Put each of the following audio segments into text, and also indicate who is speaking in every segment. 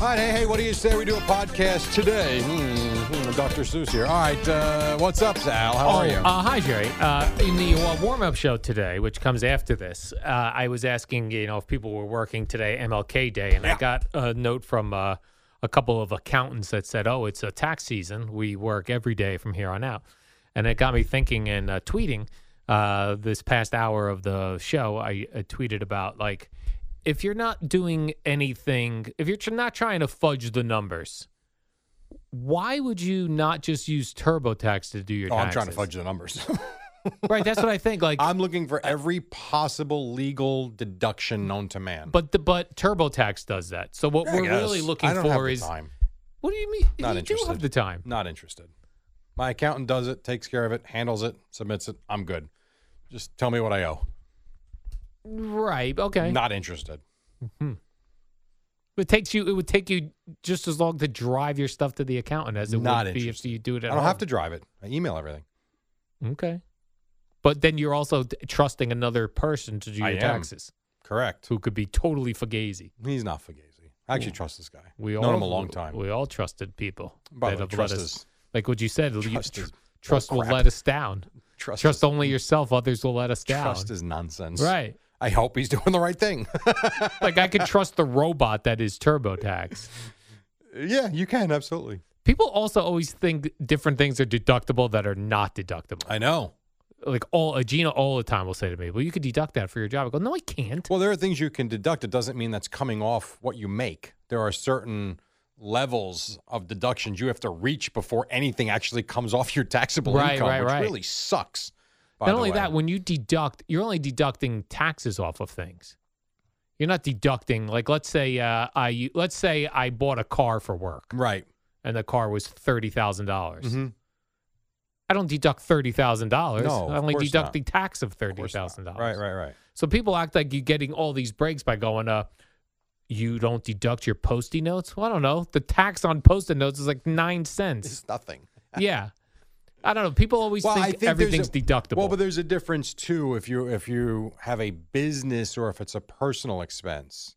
Speaker 1: All right, hey, hey, what do you say we do a podcast today? Hmm, hmm, Dr. Seuss here. All right, uh, what's up, Al? How
Speaker 2: Oh,
Speaker 1: are you?
Speaker 2: Uh, hi, Jerry. Uh, in the uh, warm-up show today, which comes after this, uh, I was asking, you know, if people were working today, MLK Day, and I got a note from uh, a couple of accountants that said, "Oh, it's a tax season. We work every day from here on out," and it got me thinking and uh, tweeting. Uh, this past hour of the show, I uh, tweeted about like, if you're not doing anything, if you're tr- not trying to fudge the numbers. Why would you not just use TurboTax to do your
Speaker 1: oh,
Speaker 2: taxes?
Speaker 1: I'm trying to fudge the numbers.
Speaker 2: Right, that's what I think. Like,
Speaker 1: I'm looking for every possible legal deduction known to man.
Speaker 2: but the but TurboTax does that. So what
Speaker 1: I
Speaker 2: we're
Speaker 1: guess.
Speaker 2: really looking
Speaker 1: I don't
Speaker 2: for
Speaker 1: have the
Speaker 2: is
Speaker 1: time.
Speaker 2: what do you mean?
Speaker 1: Not
Speaker 2: you
Speaker 1: interested.
Speaker 2: do have the time.
Speaker 1: Not interested. My accountant does it, takes care of it, handles it, submits it. I'm good. Just tell me what I owe.
Speaker 2: Right. Okay.
Speaker 1: Not interested.
Speaker 2: it takes you. It would take you just as long to drive your stuff to the accountant as it
Speaker 1: Not
Speaker 2: would be if
Speaker 1: interested.
Speaker 2: you do it.
Speaker 1: I
Speaker 2: At
Speaker 1: don't have to
Speaker 2: home.
Speaker 1: drive it. I email everything.
Speaker 2: Okay. But then you're also t- trusting another person to do your
Speaker 1: I am.
Speaker 2: taxes,
Speaker 1: Correct.
Speaker 2: who could be totally fugazi.
Speaker 1: He's not Fugazi. I actually trust this guy.
Speaker 2: We
Speaker 1: known
Speaker 2: all
Speaker 1: him a long time.
Speaker 2: We all trusted people
Speaker 1: By
Speaker 2: that
Speaker 1: the way,
Speaker 2: have let
Speaker 1: trust
Speaker 2: us.
Speaker 1: is-
Speaker 2: like what you said, you
Speaker 1: trust
Speaker 2: tr-
Speaker 1: is
Speaker 2: trust will
Speaker 1: bull crap.
Speaker 2: let us down.
Speaker 1: trust
Speaker 2: Trust
Speaker 1: is-
Speaker 2: only yourself; others will let us down.
Speaker 1: Trust is nonsense.
Speaker 2: right.
Speaker 1: I hope he's doing the right thing.
Speaker 2: like I could trust the robot that is TurboTax.
Speaker 1: yeah, you can absolutely.
Speaker 2: People also always think different things are deductible that are not deductible.
Speaker 1: I know.
Speaker 2: Like all Gina all the time will say to me, "Well, you could deduct that for your job." I go, "No, I can't."
Speaker 1: Well, there are things you can deduct. It doesn't mean that's coming off what you make. There are certain levels of deductions you have to reach before anything actually comes off your taxable
Speaker 2: Right,
Speaker 1: income,
Speaker 2: right,
Speaker 1: which
Speaker 2: right.
Speaker 1: really sucks. by
Speaker 2: Not
Speaker 1: the
Speaker 2: only
Speaker 1: way.
Speaker 2: that, when you deduct, you're only deducting taxes off of things. You're not deducting. Like let's say uh, I let's say I bought a car for work,
Speaker 1: right.
Speaker 2: and the car was thirty dollars.
Speaker 1: Mhm.
Speaker 2: I don't deduct thirty thousand dollars.
Speaker 1: No,
Speaker 2: I
Speaker 1: of
Speaker 2: only
Speaker 1: course
Speaker 2: deduct
Speaker 1: not.
Speaker 2: the tax of
Speaker 1: Of
Speaker 2: thirty
Speaker 1: course not.
Speaker 2: thousand dollars.
Speaker 1: Right, right, right.
Speaker 2: So people act like you're getting all these breaks by going, uh, you don't deduct your postie notes. Well, I don't know. The tax on post-it notes is like nine cents.
Speaker 1: It's nothing.
Speaker 2: yeah. I don't know. People always think,
Speaker 1: there's
Speaker 2: everything's
Speaker 1: a-
Speaker 2: deductible.
Speaker 1: Well, but there's a difference too if you if you have a business or if it's a personal expense.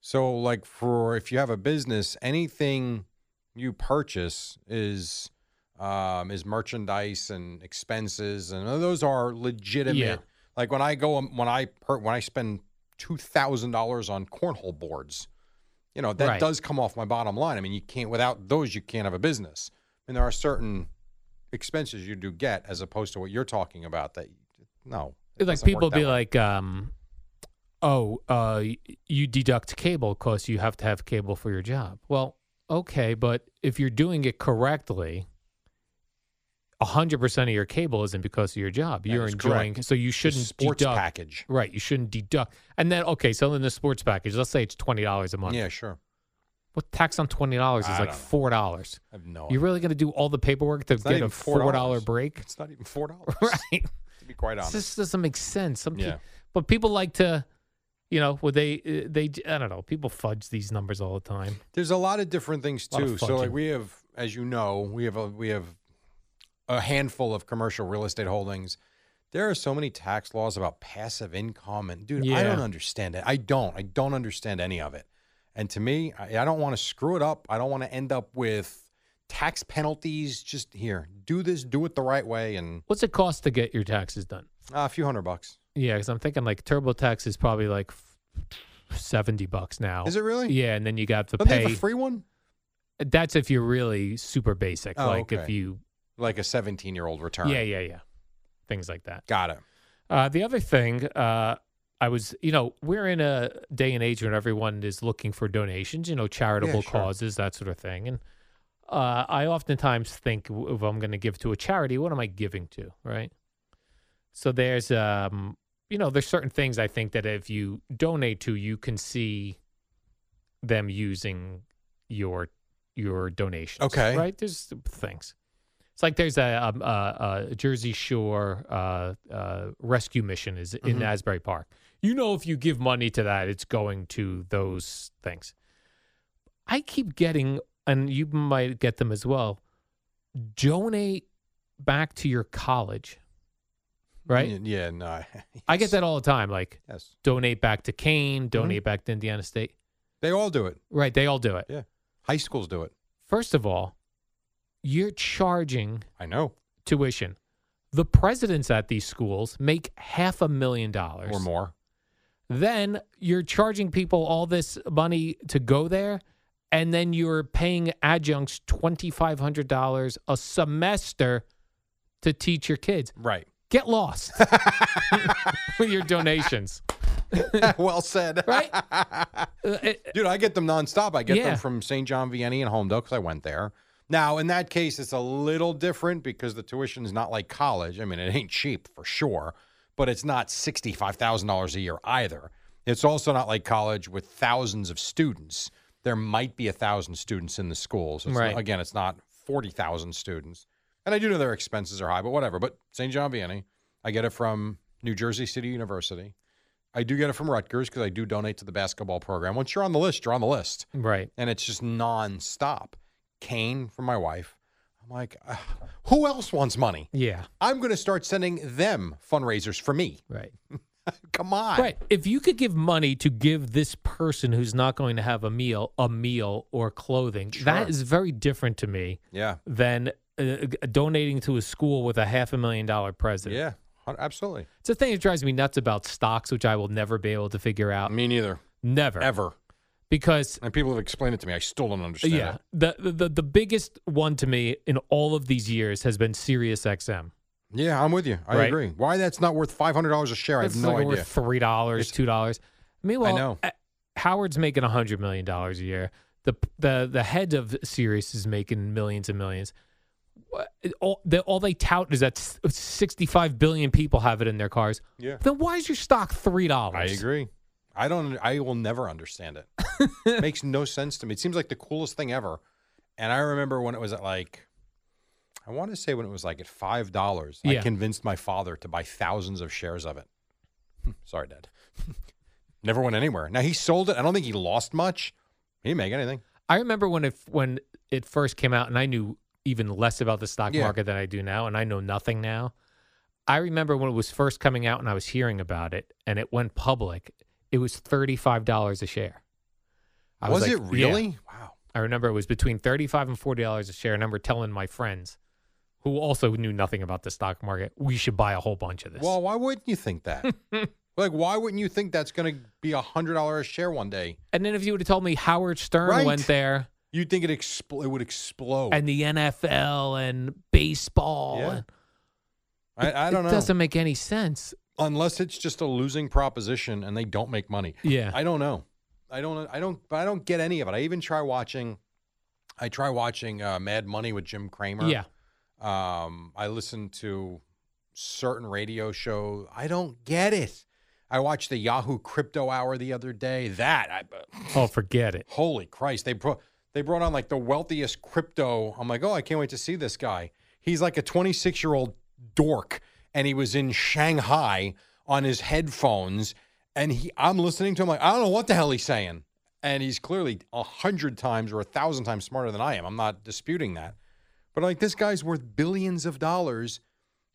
Speaker 1: So like for if you have a business, anything you purchase is um, is merchandise and expenses, and those are legitimate.
Speaker 2: Yeah.
Speaker 1: Like when I go when I per, when I spend two thousand dollars on cornhole boards, you know that
Speaker 2: Right.
Speaker 1: does come off my bottom line. I mean, you can't without those you can't have a business. And there are certain expenses you do get as opposed to what you're talking about that no it
Speaker 2: like
Speaker 1: doesn't work
Speaker 2: people
Speaker 1: that
Speaker 2: be
Speaker 1: way.
Speaker 2: like, um, oh, uh, y- you deduct cable because you have to have cable for your job. Well, okay, but if you're doing it correctly, 100% of your cable isn't because of your job.
Speaker 1: That
Speaker 2: you're
Speaker 1: is
Speaker 2: enjoying,
Speaker 1: correct.
Speaker 2: so you
Speaker 1: The
Speaker 2: shouldn't
Speaker 1: sports
Speaker 2: deduct.
Speaker 1: package
Speaker 2: Right, you shouldn't deduct. And then okay, so in the sports package, let's say it's twenty dollars a month.
Speaker 1: yeah sure
Speaker 2: What tax on twenty dollars is
Speaker 1: I
Speaker 2: like
Speaker 1: don't know.
Speaker 2: four dollars.
Speaker 1: i have no
Speaker 2: You're
Speaker 1: idea.
Speaker 2: really gonna do all the paperwork to
Speaker 1: It's not
Speaker 2: get
Speaker 1: even
Speaker 2: a four dollar
Speaker 1: $4.
Speaker 2: break?
Speaker 1: it's not even four dollars
Speaker 2: Right.
Speaker 1: to be quite
Speaker 2: This
Speaker 1: honest
Speaker 2: just doesn't make sense. Some pe-
Speaker 1: Yeah.
Speaker 2: but people like to you know, would they uh, they I don't know, people fudge these numbers all the time.
Speaker 1: there's a lot of different things
Speaker 2: Lot of
Speaker 1: too so like
Speaker 2: fudging.
Speaker 1: we have as you know we have a we have a handful of commercial real estate holdings there are so many tax laws about passive income and dude
Speaker 2: Yeah.
Speaker 1: i don't understand it i don't i don't understand any of it and to me i, I don't want to screw it up i don't want to end up with tax penalties. Just here, do this, do it the right way, and
Speaker 2: What's it cost to get your taxes done?
Speaker 1: uh, a few hundred bucks.
Speaker 2: Yeah, because I'm thinking like TurboTax is probably like f- seventy bucks now.
Speaker 1: Is it really?
Speaker 2: Yeah, and then you got to
Speaker 1: Don't they
Speaker 2: pay.
Speaker 1: have a free one?
Speaker 2: That's if you're really super basic,
Speaker 1: Oh,
Speaker 2: like if
Speaker 1: okay.
Speaker 2: you.
Speaker 1: Like a 17 year old return.
Speaker 2: Yeah, yeah, yeah. Things like that.
Speaker 1: Got it.
Speaker 2: Uh, the other thing, uh, I was, you know, we're in a day and age when everyone is looking for donations, you know, charitable
Speaker 1: sure.
Speaker 2: causes, that sort of thing. And uh, I oftentimes think w- if I'm going to give to a charity, what am I giving to, right? So there's, um, you know, there's certain things I think that if you donate to, you can see them using your your donations.
Speaker 1: Okay.
Speaker 2: right? There's things. It's like there's a, um, uh a Jersey Shore uh, uh, rescue mission is in Asbury Park. You know, if you give money to that, it's going to those things. I keep getting, and you might get them as well. Donate back to your college, right?
Speaker 1: Y- Yeah, no.
Speaker 2: I get that all the time. Like
Speaker 1: Yes.
Speaker 2: donate back to Kane, donate back to Indiana State.
Speaker 1: They all do it.
Speaker 2: Right? They all do it.
Speaker 1: Yeah. High schools do it.
Speaker 2: First of all, you're charging
Speaker 1: I know.
Speaker 2: tuition. The presidents at these schools make half a million dollars
Speaker 1: Or more.
Speaker 2: Then you're charging people all this money to go there, and then you're paying adjuncts twenty five hundred dollars a semester to teach your kids.
Speaker 1: Right.
Speaker 2: Get lost with your donations,
Speaker 1: well said.
Speaker 2: right? Uh, it-
Speaker 1: Dude, I get them nonstop. I get
Speaker 2: Yeah.
Speaker 1: them from St. John Vianney and Holmdel because I went there. Now, in that case, it's a little different because the tuition is not like college. I mean, it ain't cheap for sure, but it's not $65,000 a year either. It's also not like college with thousands of students. There might be a thousand students in the schools. It's not-
Speaker 2: Right.
Speaker 1: again, it's not 40,000 students. And I do know their expenses are high, but whatever. But St. John Vianney, I get it from New Jersey City University. I do get it from Rutgers because I do donate to the basketball program. Once you're on the list, you're on the list.
Speaker 2: right.
Speaker 1: And it's just nonstop. Kane from my wife. I'm like, "Ugh, who else wants money?
Speaker 2: Yeah.
Speaker 1: I'm going to start sending them fundraisers for me.
Speaker 2: Right.
Speaker 1: Come on.
Speaker 2: Right. If you could give money to give this person who's not going to have a meal a meal or clothing, that
Speaker 1: Sure.
Speaker 2: is very different to me
Speaker 1: Yeah.
Speaker 2: than uh, g- donating to a school with a half a million dollar president.
Speaker 1: Yeah. Hun- Absolutely.
Speaker 2: It's a thing that drives me nuts about stocks, which I will never be able to figure out.
Speaker 1: Me neither.
Speaker 2: Never.
Speaker 1: Ever.
Speaker 2: Because
Speaker 1: And people have explained it to me. I still don't understand
Speaker 2: yeah,
Speaker 1: it.
Speaker 2: the, the the the biggest one to me in all of these years has been Sirius XM.
Speaker 1: Yeah, I'm with you. I
Speaker 2: Right.
Speaker 1: agree. Why that's not worth $500 a share,
Speaker 2: That's
Speaker 1: I have no
Speaker 2: like
Speaker 1: idea.
Speaker 2: worth three dollars,
Speaker 1: It's-
Speaker 2: two dollars. Meanwhile,
Speaker 1: know.
Speaker 2: uh, Howard's making a hundred million dollars a year. The the the head of Sirius is making millions and millions. What- All, the, all they tout is that s- 65 billion people have it in their cars.
Speaker 1: Yeah.
Speaker 2: Then why is your stock $3?
Speaker 1: I agree. I don't. I will never understand it. Makes no sense to me. It seems like the coolest thing ever. And I remember when it was at like, I want to say when it was like at five dollars.
Speaker 2: Yeah.
Speaker 1: I convinced my father to buy thousands of shares of it. Sorry, Dad. never went anywhere. Now he sold it. I don't think he lost much. He didn't make anything.
Speaker 2: I remember when it when it first came out, and I knew even less about the stock
Speaker 1: Yeah.
Speaker 2: market than I do now, and I know nothing now. I remember when it was first coming out, and I was hearing about it, and it went public. It was thirty five dollars a share. I
Speaker 1: was
Speaker 2: like,
Speaker 1: it
Speaker 2: yeah.
Speaker 1: really? Wow.
Speaker 2: I remember it was between thirty five and forty dollars a share. I remember telling my friends, who also knew nothing about the stock market, we should buy a whole bunch of this.
Speaker 1: Well, why wouldn't you think that? like, why wouldn't you think that's going to be a hundred dollar a share one day?
Speaker 2: and then if you would have told me Howard Stern
Speaker 1: Right.
Speaker 2: went there
Speaker 1: You'd think it expl- it would explode.
Speaker 2: and the NFL and baseball,
Speaker 1: Yeah.
Speaker 2: and-
Speaker 1: I, I don't know.
Speaker 2: it doesn't make any sense.
Speaker 1: unless it's just a losing proposition and they don't make money.
Speaker 2: Yeah.
Speaker 1: I don't know. I don't. I don't. But I don't get any of it. I even try watching. I try watching uh, Mad Money with Jim Cramer.
Speaker 2: Yeah.
Speaker 1: Um, I listen to certain radio show. I don't get it. I watched the Yahoo Crypto Hour the other day. That I,
Speaker 2: Oh, forget it.
Speaker 1: holy Christ! They brought they brought on like the wealthiest crypto. I'm like, oh, I can't wait to see this guy. He's like a 26 year old dork, and he was in Shanghai on his headphones, and he I'm listening to him like I don't know what the hell he's saying, and he's clearly a hundred times or a thousand times smarter than I am. I'm not disputing that, but like this guy's worth billions of dollars,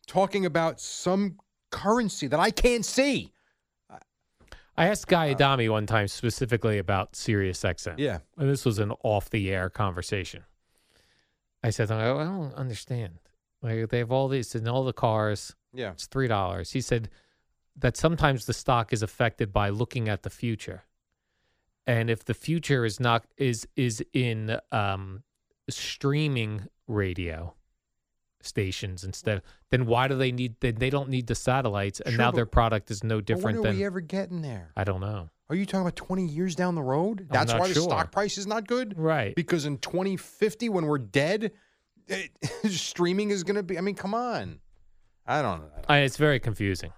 Speaker 1: talking about some currency that I can't see.
Speaker 2: I asked Guy Adami one time specifically about Sirius XM.
Speaker 1: Uh, Yeah.
Speaker 2: And this was an off the air conversation. I said, to him, I don't understand. Like they have all these and all the cars.
Speaker 1: Yeah.
Speaker 2: It's three dollars. He said that sometimes the stock is affected by looking at the future, and if the future is not is is in um, streaming radio stations instead, then why do they need? Then they don't need the satellites, and
Speaker 1: Sure,
Speaker 2: now
Speaker 1: but-
Speaker 2: their product is no
Speaker 1: But When
Speaker 2: different
Speaker 1: are
Speaker 2: than
Speaker 1: we ever getting there?
Speaker 2: I don't know.
Speaker 1: Are you talking about 20 years down the road? That's
Speaker 2: not
Speaker 1: why the
Speaker 2: sure.
Speaker 1: stock price is not good?
Speaker 2: Right.
Speaker 1: Because in 2050, when we're dead, it, streaming is going to be. I mean, come on. I don't know.
Speaker 2: I, it's very confusing.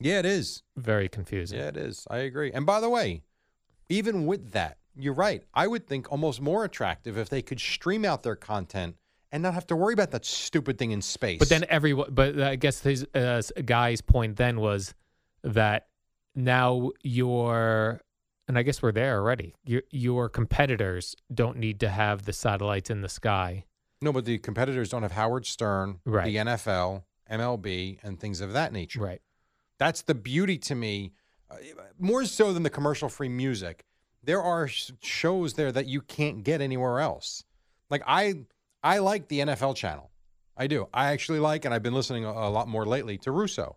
Speaker 1: Yeah, it is.
Speaker 2: Very confusing.
Speaker 1: Yeah, it is. I agree. And by the way, even with that, you're right. I would think almost more attractive if they could stream out their content and not have to worry about that stupid thing in space.
Speaker 2: But then everyone, but I guess his uh, guy's point then was that now your, and I guess we're there already. Your your competitors don't need to have the satellites in the sky.
Speaker 1: no, but the competitors don't have Howard Stern,
Speaker 2: Right.
Speaker 1: the NFL, MLB, and things of that nature.
Speaker 2: Right.
Speaker 1: That's the beauty to me, uh, more so than the commercial free music. There are sh- shows there that you can't get anywhere else. Like I, I like the NFL channel. I do. I actually like, and I've been listening a, a lot more lately to Russo.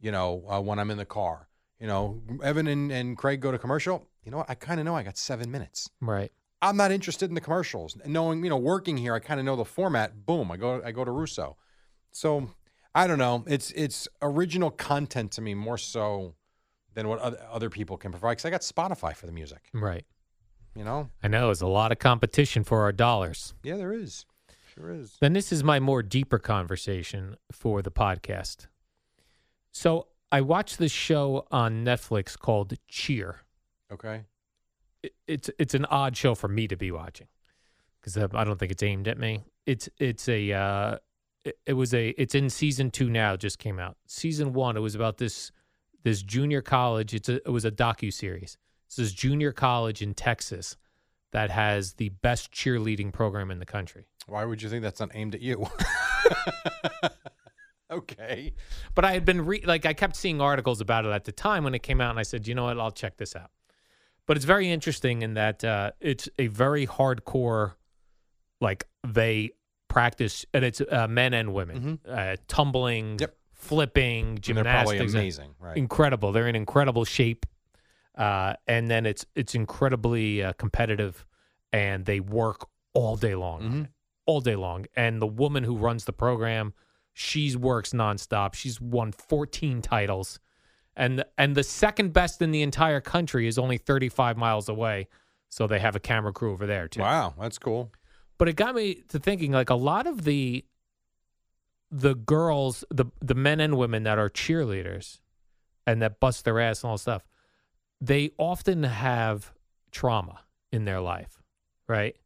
Speaker 1: You know, uh, when I'm in the car. You know, Evan and, and Craig go to commercial. You know what? I kind of know I got seven minutes.
Speaker 2: Right.
Speaker 1: I'm not interested in the commercials. Knowing, you know, working here, I kind of know the format. Boom, I go I go to Russo. So I don't know. It's it's original content to me more so than what other, other people can provide. Because I got Spotify for the music.
Speaker 2: Right.
Speaker 1: You know,
Speaker 2: I know it's a lot of competition for our dollars.
Speaker 1: yeah, there is, sure is.
Speaker 2: Then this is my more deeper conversation for the podcast. So I watched this show on Netflix called Cheer.
Speaker 1: Okay,
Speaker 2: it- it's it's an odd show for me to be watching because I don't think it's aimed at me. It's it's a uh, it, it was a it's in season two now. it Just came out season one. It was about this this junior college. It's a, it was a docu series. It's this junior college in Texas that has the best cheerleading program in the country.
Speaker 1: why would you think that's not aimed at you? okay,
Speaker 2: But I had been re- like I kept seeing articles about it at the time when it came out, and I said, you know what, I'll check this out. But it's very interesting in that uh, it's a very hardcore, like they practice, and it's uh, men and women uh, tumbling,
Speaker 1: Mm-hmm. Yep.
Speaker 2: flipping,
Speaker 1: And they're probably
Speaker 2: gymnastics, and-
Speaker 1: amazing, right?
Speaker 2: incredible. They're in incredible shape, uh, and then it's it's incredibly uh, competitive, and they work all day long, on it. all day long. And the woman who runs the program, she works nonstop. She's won fourteen titles, and and the second best in the entire country is only thirty five miles away. So they have a camera crew over there too
Speaker 1: Wow, that's cool.
Speaker 2: but it got me to thinking like a lot of the the girls the the men and women that are cheerleaders and that bust their ass and all that stuff they often have trauma in their life right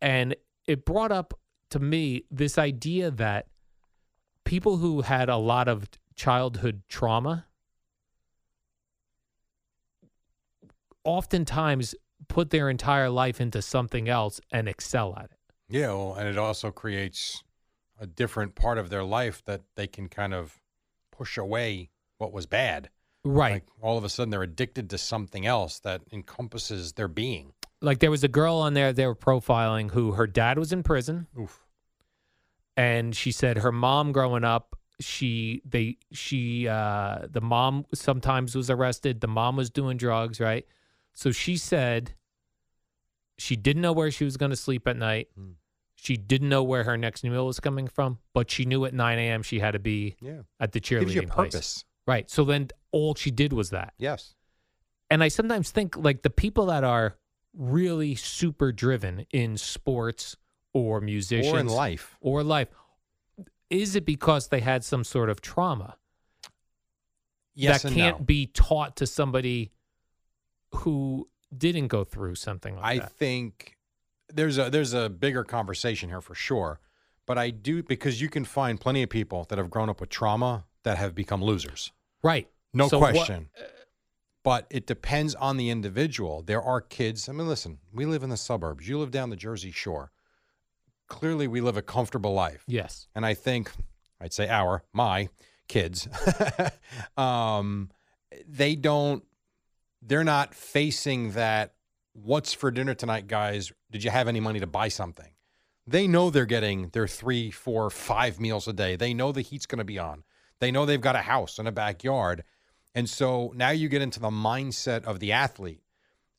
Speaker 2: and it brought up to me this idea that people who had a lot of childhood trauma oftentimes put their entire life into something else and excel at it
Speaker 1: Yeah, well, and it also creates a different part of their life that they can kind of push away what was bad.
Speaker 2: right
Speaker 1: Like all of a sudden they're addicted to something else that encompasses their being.
Speaker 2: like there was a girl on there they were profiling who her dad was in prison
Speaker 1: Oof.
Speaker 2: and she said her mom growing up she they she uh the mom sometimes was arrested the mom was doing drugs right so she said she didn't know where she was going to sleep at night
Speaker 1: Mm.
Speaker 2: she didn't know where her next meal was coming from but she knew at 9 a.m she had to be
Speaker 1: Yeah.
Speaker 2: at the cheerleading
Speaker 1: Gives you a
Speaker 2: place.
Speaker 1: purpose.
Speaker 2: right so then all she did was that
Speaker 1: Yes.
Speaker 2: and I sometimes think like the people that are really super driven in sports or musicians
Speaker 1: Or in life.
Speaker 2: or life, is it because they had some sort of trauma
Speaker 1: Yes
Speaker 2: that
Speaker 1: and
Speaker 2: can't
Speaker 1: no.
Speaker 2: be taught to somebody who didn't go through something like
Speaker 1: I
Speaker 2: that?
Speaker 1: think there's a there's a bigger conversation here for sure. But I do because you can find plenty of people that have grown up with trauma that have become losers.
Speaker 2: Right.
Speaker 1: No
Speaker 2: So what-
Speaker 1: question. but it depends on the individual. There are kids. I mean, listen, we live in the suburbs. You live down the Jersey Shore. Clearly, we live a comfortable life.
Speaker 2: yes.
Speaker 1: And I think, I'd say our, my kids, um, they don't, they're not facing that. What's for dinner tonight, guys? Did you have any money to buy something? They know they're getting their three, four, five meals a day. They know the heat's going to be on. They know they've got a house and a backyard. And so now you get into the mindset of the athlete.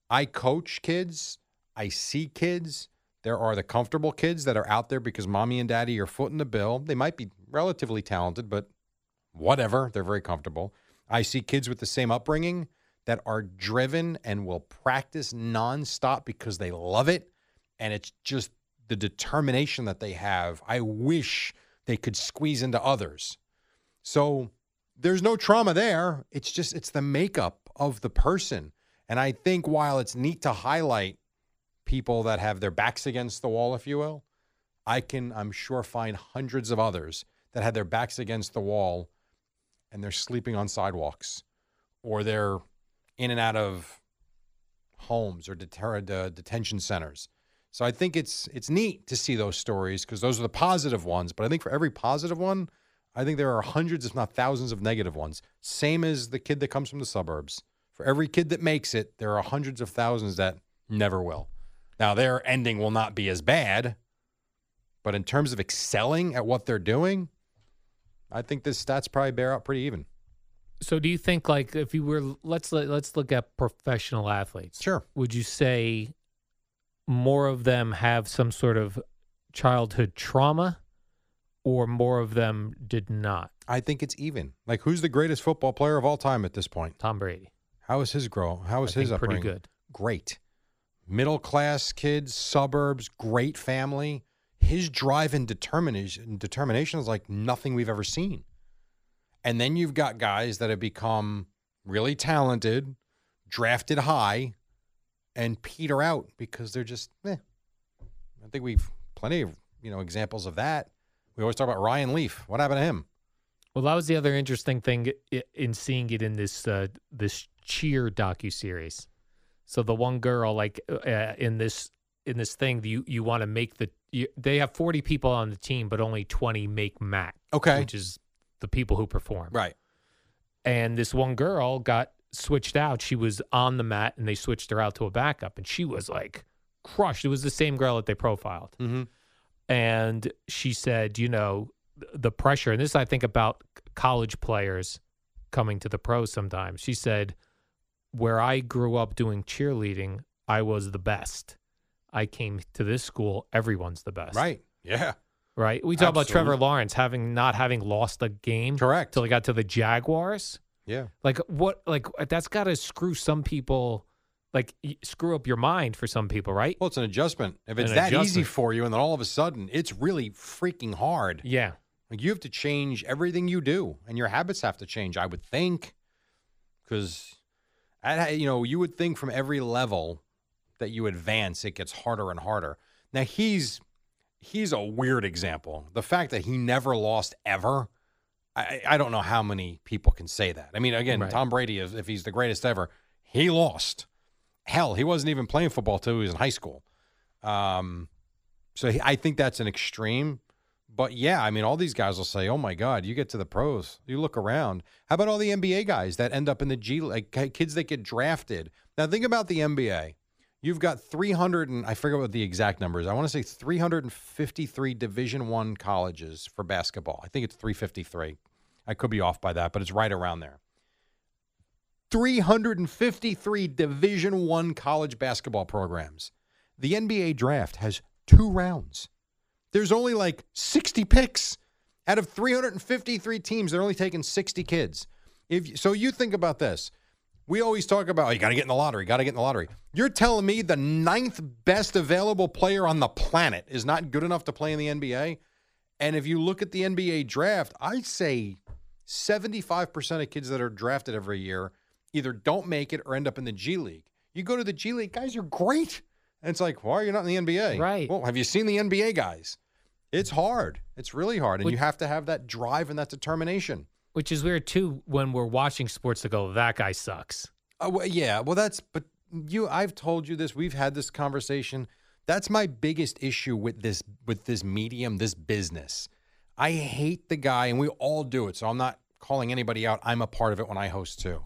Speaker 1: I coach kids, I see kids. There are the comfortable kids that are out there because mommy and daddy are footing the bill. They might be relatively talented, but whatever, they're very comfortable. I see kids with the same upbringing that are driven and will practice nonstop because they love it. And it's just the determination that they have. I wish they could squeeze into others. So there's no trauma there. It's just, it's the makeup of the person. And I think while it's neat to highlight people that have their backs against the wall, if you will, I can, I'm sure, find hundreds of others that had their backs against the wall and they're sleeping on sidewalks or they're in and out of homes or deter- uh, detention centers. So I think it's it's neat to see those stories because those are the positive ones. But I think for every positive one, I think there are hundreds, if not thousands, of negative ones. Same as the kid that comes from the suburbs. For every kid that makes it, there are hundreds of thousands that never will. Now their ending will not be as bad, but in terms of excelling at what they're doing, I think this stats probably bear out pretty even.
Speaker 2: So do you think like if you were let's let's look at professional athletes.
Speaker 1: Sure.
Speaker 2: Would you say more of them have some sort of childhood trauma or more of them did not?
Speaker 1: I think it's even. Like who's the greatest football player of all time at this point?
Speaker 2: Tom Brady.
Speaker 1: How is his grow? How is
Speaker 2: I
Speaker 1: his
Speaker 2: think pretty
Speaker 1: upbringing?
Speaker 2: good.
Speaker 1: Great. Middle class kids, suburbs, great family. His drive and determination determination is like nothing we've ever seen. And then you've got guys that have become really talented, drafted high, and peter out because they're just eh. I think we've plenty of you know examples of that. We always talk about Ryan Leaf. What happened to him?
Speaker 2: Well, that was the other interesting thing i- in seeing it in this uh, this cheer docu series. So the one girl, like uh, in this in this thing, you you want to make the you, they have forty people on the team, but only twenty make mat.
Speaker 1: Okay.
Speaker 2: which is the people who perform.
Speaker 1: Right.
Speaker 2: And this one girl got switched out. She was on the mat, and they switched her out to a backup, and she was like crushed. It was the same girl that they profiled
Speaker 1: Mm-hmm.
Speaker 2: and she said, you know, th- the pressure, and this I think about c- college players coming to the pros sometimes. She said, where I grew up doing cheerleading, I was the best. I came to this school, everyone's the best.
Speaker 1: Right. Yeah.
Speaker 2: Right. We talk about Trevor
Speaker 1: Absolutely.
Speaker 2: Lawrence having not having lost a game.
Speaker 1: Correct.
Speaker 2: Till he got to the Jaguars.
Speaker 1: Yeah.
Speaker 2: Like what like that's gotta screw some people like y- screw up your mind for some people, right?
Speaker 1: Well, it's an adjustment. If it's
Speaker 2: An
Speaker 1: that easy
Speaker 2: adjustment.
Speaker 1: for you, and then all of a sudden it's really freaking hard,
Speaker 2: Yeah.
Speaker 1: like you have to change everything you do, and your habits have to change. I would think, because, you know, you would think from every level that you advance, it gets harder and harder. Now he's he's a weird example. The fact that he never lost ever, I, I don't know how many people can say that. I mean, again,
Speaker 2: Right.
Speaker 1: Tom Brady is if he's the greatest ever, he lost. Hell, he wasn't even playing football till he was in high school. Um, so he, I think that's an extreme. But yeah, I mean, all these guys will say, "Oh my God, you get to the pros, you look around." How about all the NBA guys that end up in the G, like ki- kids that get drafted? Now think about the NBA. You've got 300 and I forget what the exact numbers. I want to say 353 Division 1 colleges for basketball. I think it's 353. I could be off by that, but it's right around there. 353 Division 1 college basketball programs. The NBA draft has two rounds. There's only like 60 picks out of 353 teams. They're only taking 60 kids. If so, you think about this. We always talk about oh, you got to get in the lottery, got to get in the lottery. You're telling me the ninth best available player on the planet is not good enough to play in the NBA? And if you look at the NBA draft, I say 75% of kids that are drafted every year either don't make it or end up in the G League. You go to the G League, guys are great. And it's like, why are you not in the NBA?
Speaker 2: Right.
Speaker 1: Well, have you seen the NBA guys? It's hard. It's really hard. And
Speaker 2: Would-
Speaker 1: you have to have that drive and that determination.
Speaker 2: Which is weird too when we're watching sports to go, that guy sucks.
Speaker 1: Uh, well, yeah, well, that's but you. I've told you this. We've had this conversation. That's my biggest issue with this with this medium, this business. I hate the guy, and we all do it. So I'm not calling anybody out. I'm a part of it when I host too.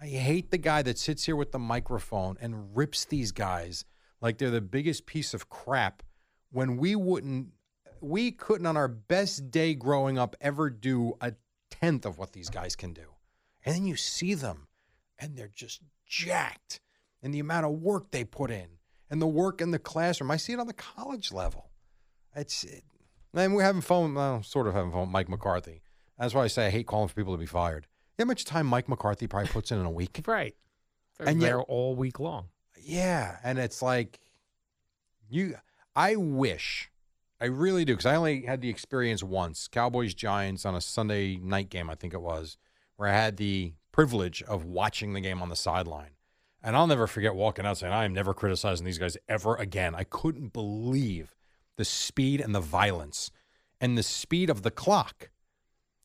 Speaker 1: I hate the guy that sits here with the microphone and rips these guys like they're the biggest piece of crap when we wouldn't, we couldn't on our best day growing up ever do a tenth of what these guys can do. And then you see them and they're just jacked and the amount of work they put in and the work in the classroom. I see it on the college level. It's, it, and we're having fun, well, sort of having fun with Mike McCarthy. That's why I say I hate calling for people to be fired. You know how much time Mike McCarthy probably puts in in a week?
Speaker 2: Right. They're
Speaker 1: And yet-
Speaker 2: there all week long.
Speaker 1: Yeah, and it's like you. I wish, I really do, because I only had the experience once: Cowboys Giants on a Sunday night game, I think it was, where I had the privilege of watching the game on the sideline, and I'll never forget walking out saying, "I am never criticizing these guys ever again." I couldn't believe the speed and the violence, and the speed of the clock.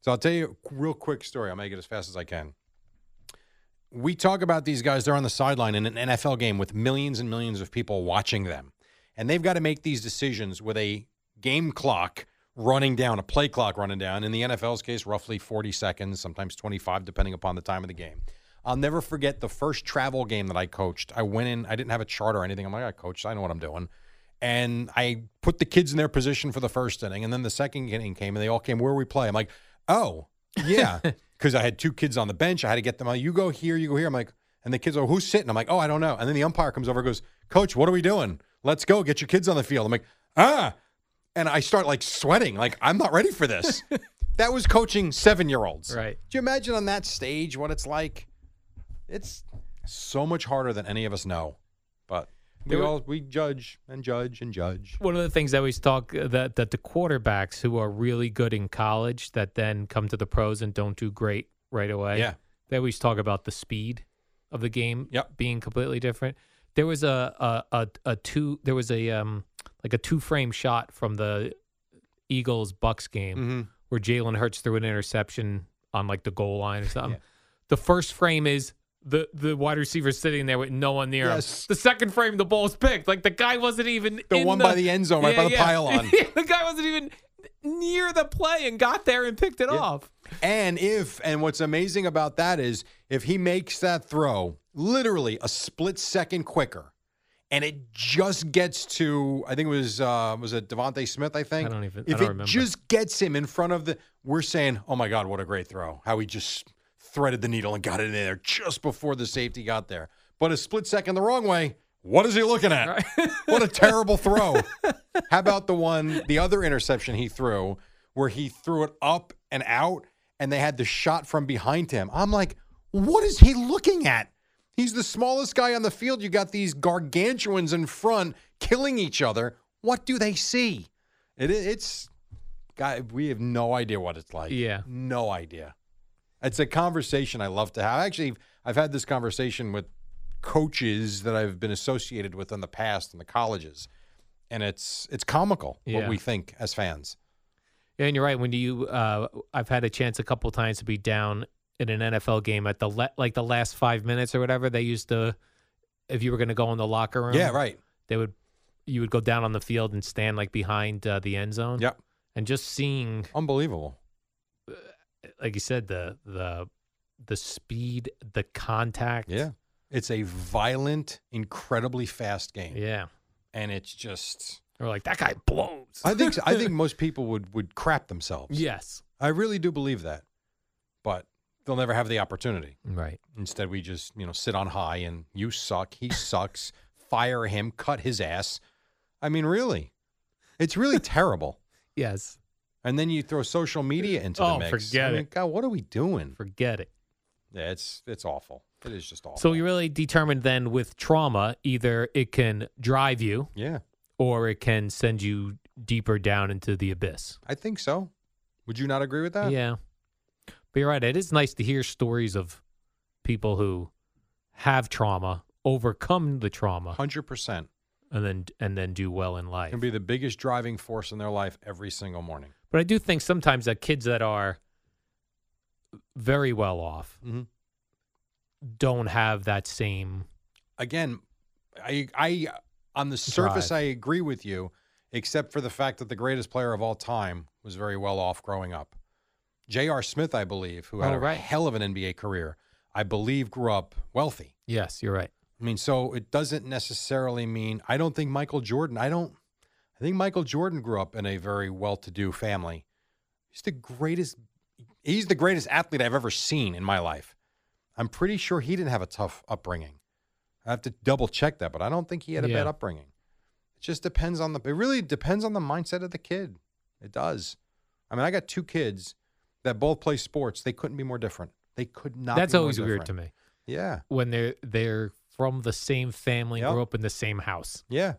Speaker 1: So I'll tell you a real quick story. I'll make it as fast as I can we talk about these guys they're on the sideline in an NFL game with millions and millions of people watching them and they've got to make these decisions with a game clock running down a play clock running down in the NFL's case roughly 40 seconds sometimes 25 depending upon the time of the game I'll never forget the first travel game that I coached I went in I didn't have a chart or anything I'm like I coached I know what I'm doing and I put the kids in their position for the first inning and then the second inning came and they all came where we play I'm like oh yeah, because I had two kids on the bench. I had to get them. Like, you go here, you go here. I'm like, and the kids are who's sitting. I'm like, oh, I don't know. And then the umpire comes over, and goes, Coach, what are we doing? Let's go get your kids on the field. I'm like, ah, and I start like sweating, like I'm not ready for this. that was coaching seven year olds.
Speaker 2: Right.
Speaker 1: Do you imagine on that stage what it's like? It's so much harder than any of us know, but we
Speaker 2: There were-
Speaker 1: all we judge and judge and judge.
Speaker 2: One of the things I always talk uh, that that the quarterbacks who are really good in college that then come to the pros and don't do great right away.
Speaker 1: Yeah.
Speaker 2: They always talk about the speed of the game
Speaker 1: Yep.
Speaker 2: being completely different. There was a a, a a two there was a um like a two frame shot from the Eagles Bucks game
Speaker 1: Mhm.
Speaker 2: where Jalen Hurts threw an interception on like the goal line or something. The first frame is the the wide receiver sitting there with no one near
Speaker 1: Yes.
Speaker 2: him. The second frame, the ball's picked. Like the guy wasn't even
Speaker 1: The
Speaker 2: in
Speaker 1: one by the end zone, right by the pylon.
Speaker 2: Yeah, the guy wasn't even near the play and got there and picked it off.
Speaker 1: And if, and what's amazing about that is if he makes that throw literally a split second quicker and it just gets to, I think it was, uh, was it Devontae Smith, I think?
Speaker 2: I don't even- I
Speaker 1: If
Speaker 2: don't
Speaker 1: it
Speaker 2: remember.
Speaker 1: just gets him in front of the, we're saying, oh my God, what a great throw. How he just threaded the needle and got it in there just before the safety got there. But a split second the wrong way, what is he looking at? what a terrible throw. How about the one, the other interception he threw, where he threw it up and out, and they had the shot from behind him? I'm like, what is he looking at? He's the smallest guy on the field. You got these gargantuans in front killing each other. What do they see? It, it's, God, we have no idea what it's like.
Speaker 2: Yeah.
Speaker 1: No idea. It's a conversation I love to have. Actually, I've had this conversation with coaches that I've been associated with in the past in the colleges, and it's it's comical
Speaker 2: Yeah.
Speaker 1: what we think as fans.
Speaker 2: And you're right. When you, uh, I've had a chance a couple times to be down in an NFL game at the le- like the last five minutes or whatever. They used to, if you were going to go in the locker room,
Speaker 1: Yeah, right.
Speaker 2: They would, you would go down on the field and stand like behind uh, the end zone.
Speaker 1: Yep,
Speaker 2: And just seeing,
Speaker 1: unbelievable.
Speaker 2: like you said, the the the speed, the contact.
Speaker 1: Yeah, it's a violent, incredibly fast game,
Speaker 2: Yeah.
Speaker 1: and it's just.
Speaker 2: Or like that guy blows.
Speaker 1: I think I think most people would would crap themselves.
Speaker 2: yes.
Speaker 1: I really do believe that, but they'll never have the opportunity.
Speaker 2: Right.
Speaker 1: Instead, we just you know sit on high and you suck, he sucks, fire him, cut his ass. I mean, really, it's really terrible.
Speaker 2: Yes.
Speaker 1: And then you throw social media into
Speaker 2: Oh,
Speaker 1: the mix.
Speaker 2: forget
Speaker 1: I mean,
Speaker 2: it.
Speaker 1: God, what are we doing?
Speaker 2: Forget it.
Speaker 1: Yeah, it's it's awful. It is just awful.
Speaker 2: So you really determined then with trauma, either it can drive you
Speaker 1: yeah,
Speaker 2: or it can send you deeper down into the abyss.
Speaker 1: I think so. Would you not agree with that?
Speaker 2: yeah. But you're right. It is nice to hear stories of people who have trauma, overcome the trauma,
Speaker 1: hundred percent.
Speaker 2: and then and then do well in life.
Speaker 1: Can be the biggest driving force in their life every single morning.
Speaker 2: But I do think sometimes that kids that are very well off
Speaker 1: Mhm.
Speaker 2: don't have that same
Speaker 1: Again, I I on the surface
Speaker 2: Drive.
Speaker 1: I agree with you, except for the fact that the greatest player of all time was very well off growing up. J.R. Smith, I believe, who had
Speaker 2: Oh,
Speaker 1: a
Speaker 2: right.
Speaker 1: hell of an NBA career, I believe grew up wealthy.
Speaker 2: Yes, you're right.
Speaker 1: I mean, so it doesn't necessarily mean I don't think Michael Jordan. I don't. I I think Michael Jordan grew up in a very well-to-do family. He's the greatest. He's the greatest athlete I've ever seen in my life. I'm pretty sure he didn't have a tough upbringing. I have to double check that, but I don't think he had a
Speaker 2: Yeah.
Speaker 1: bad upbringing. It just depends on the. It really depends on the mindset of the kid. It does. I mean, I got two kids that both play sports. They couldn't be more different. They could not.
Speaker 2: That's
Speaker 1: be more
Speaker 2: always weird
Speaker 1: different.
Speaker 2: to me
Speaker 1: Yeah,
Speaker 2: when they're they're from the same family,
Speaker 1: Yep.
Speaker 2: grew up in the same house.
Speaker 1: yeah.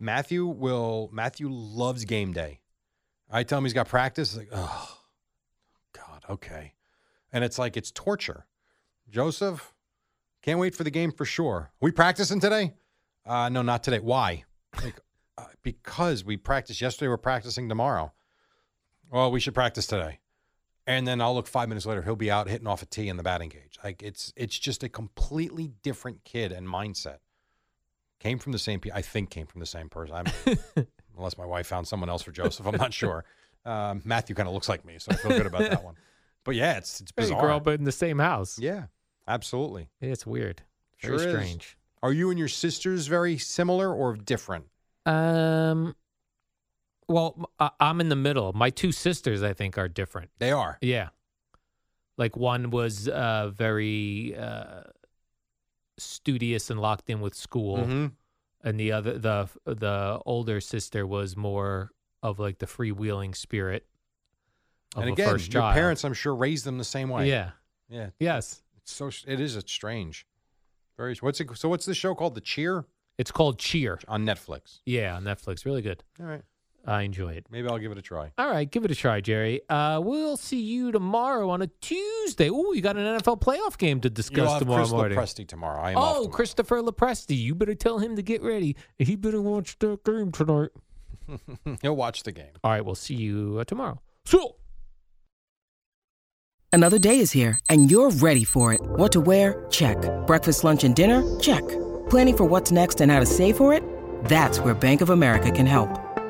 Speaker 1: Matthew will. Matthew loves game day. I tell him he's got practice. he's Like, oh, God, okay. And it's like it's torture. Joseph, can't wait for the game for sure. We practicing today? Uh, no, not today. Why? Like, uh, because we practiced yesterday. We're practicing tomorrow. Well, we should practice today. And then I'll look five minutes later. He'll be out hitting off a tee in the batting cage. Like it's it's just a completely different kid and mindset. Came from the same. pe- I think came from the same person. I'm, unless my wife found someone else for Joseph, I'm not sure. Um, Matthew kind of looks like me, so I feel good about that one. But yeah, it's it's
Speaker 2: They
Speaker 1: bizarre.
Speaker 2: grew up in the same house.
Speaker 1: Yeah, absolutely.
Speaker 2: It's weird. Very
Speaker 1: Sure is.
Speaker 2: strange.
Speaker 1: Are you and your sisters very similar or different?
Speaker 2: Um, well, m- I- I'm in the middle. My two sisters, I think, are different.
Speaker 1: They are.
Speaker 2: Yeah. Like one was uh, very uh, studious and locked in with school,
Speaker 1: Mhm.
Speaker 2: and the other, the the older sister, was more of like the freewheeling spirit of
Speaker 1: And
Speaker 2: a
Speaker 1: again,
Speaker 2: first
Speaker 1: your
Speaker 2: child.
Speaker 1: parents, I'm sure, raised them the same way.
Speaker 2: Yeah.
Speaker 1: Yeah.
Speaker 2: Yes.
Speaker 1: It's so it is a strange. Very. What's it? So what's the show called? The Cheer
Speaker 2: It's called Cheer.
Speaker 1: on Netflix.
Speaker 2: Yeah, on Netflix. Really good.
Speaker 1: All right.
Speaker 2: I enjoy it.
Speaker 1: Maybe I'll give it a try.
Speaker 2: All right, give it a try, Jerry. Uh, we'll see you tomorrow on a Tuesday. Oh, we got an NFL playoff game to discuss
Speaker 1: You'll have
Speaker 2: tomorrow
Speaker 1: Chris
Speaker 2: morning.
Speaker 1: Lepresti tomorrow. I am off
Speaker 2: Oh,
Speaker 1: tomorrow.
Speaker 2: Christopher Lepresti. You better tell him to get ready. He better watch that game tonight.
Speaker 1: He'll watch the game.
Speaker 2: All right, we'll see you uh, tomorrow. So.
Speaker 3: Another day is here, and you're ready for it. What to wear? Check. Breakfast, lunch, and dinner? Check. Planning for what's next and how to save for it? That's where Bank of America can help.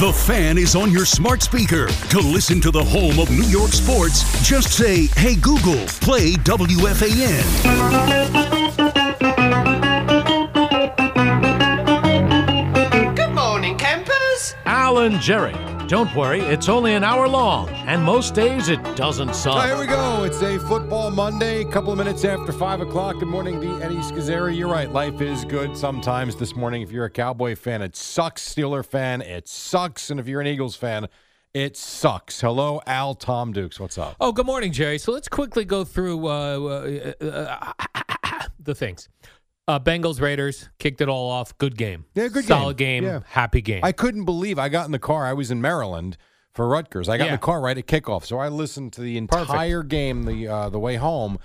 Speaker 4: The fan is on your smart speaker. To listen to the home of New York sports, just say, Hey Google, play WFAN.
Speaker 5: Alan Jerry. Don't worry, it's only an hour long, and most days it doesn't
Speaker 1: All right,
Speaker 5: suck.
Speaker 1: here we go. It's a football Monday, a couple of minutes after 5 o'clock. Good morning, the Eddie Scazzeri. You're right. Life is good sometimes this morning. If you're a Cowboy fan, it sucks. Steeler fan, it sucks. And if you're an Eagles fan, it sucks. Hello, Al Tom Dukes. What's up?
Speaker 2: Oh, good morning, Jerry. So let's quickly go through uh, uh, uh, the things. Uh, Bengals Raiders kicked it all off. Good game.
Speaker 1: Yeah, good
Speaker 2: Solid
Speaker 1: game.
Speaker 2: game.
Speaker 1: Yeah.
Speaker 2: Happy game.
Speaker 1: I couldn't believe I got in the car. I was in Maryland for Rutgers. I got in
Speaker 2: Yeah.
Speaker 1: the car right at kickoff, so I listened to the entire game the uh, the way home.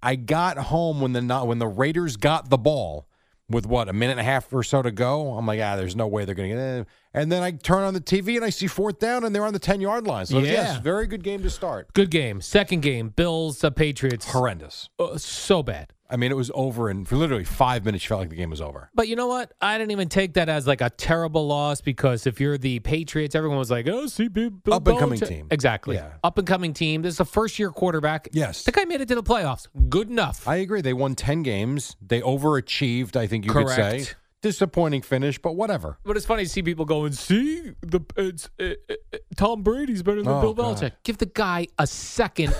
Speaker 1: I got home when the not when the Raiders got the ball with what a minute and a half or so to go. I'm like, ah, there's no way they're going to get it. And then I turn on the TV and I see fourth down and they're on the ten yard line. So
Speaker 2: Yeah.
Speaker 1: yes, very good game to start.
Speaker 2: good game. Second game. Bills uh, Patriots.
Speaker 1: Horrendous.
Speaker 2: Uh, so bad.
Speaker 1: I mean, it was over in for literally five minutes. You felt like the game was over.
Speaker 2: But you know what? I didn't even take that as like a terrible loss because if you're the Patriots, everyone was like, "Oh, see, Bill Bill
Speaker 1: Up and coming
Speaker 2: Belichick."
Speaker 1: team.
Speaker 2: Exactly,
Speaker 1: Yeah.
Speaker 2: up and coming team. This is a first year quarterback.
Speaker 1: Yes.
Speaker 2: the guy made it to the playoffs. Good enough.
Speaker 1: I agree. They won 10 games. They overachieved, I think you could say.
Speaker 2: Correct.
Speaker 1: Disappointing finish, but whatever.
Speaker 2: but it's funny to see people going, "See, the it's, uh, uh, uh, Tom Brady's better than
Speaker 1: Oh,
Speaker 2: Bill
Speaker 1: God.
Speaker 2: Belichick." Give the guy a second.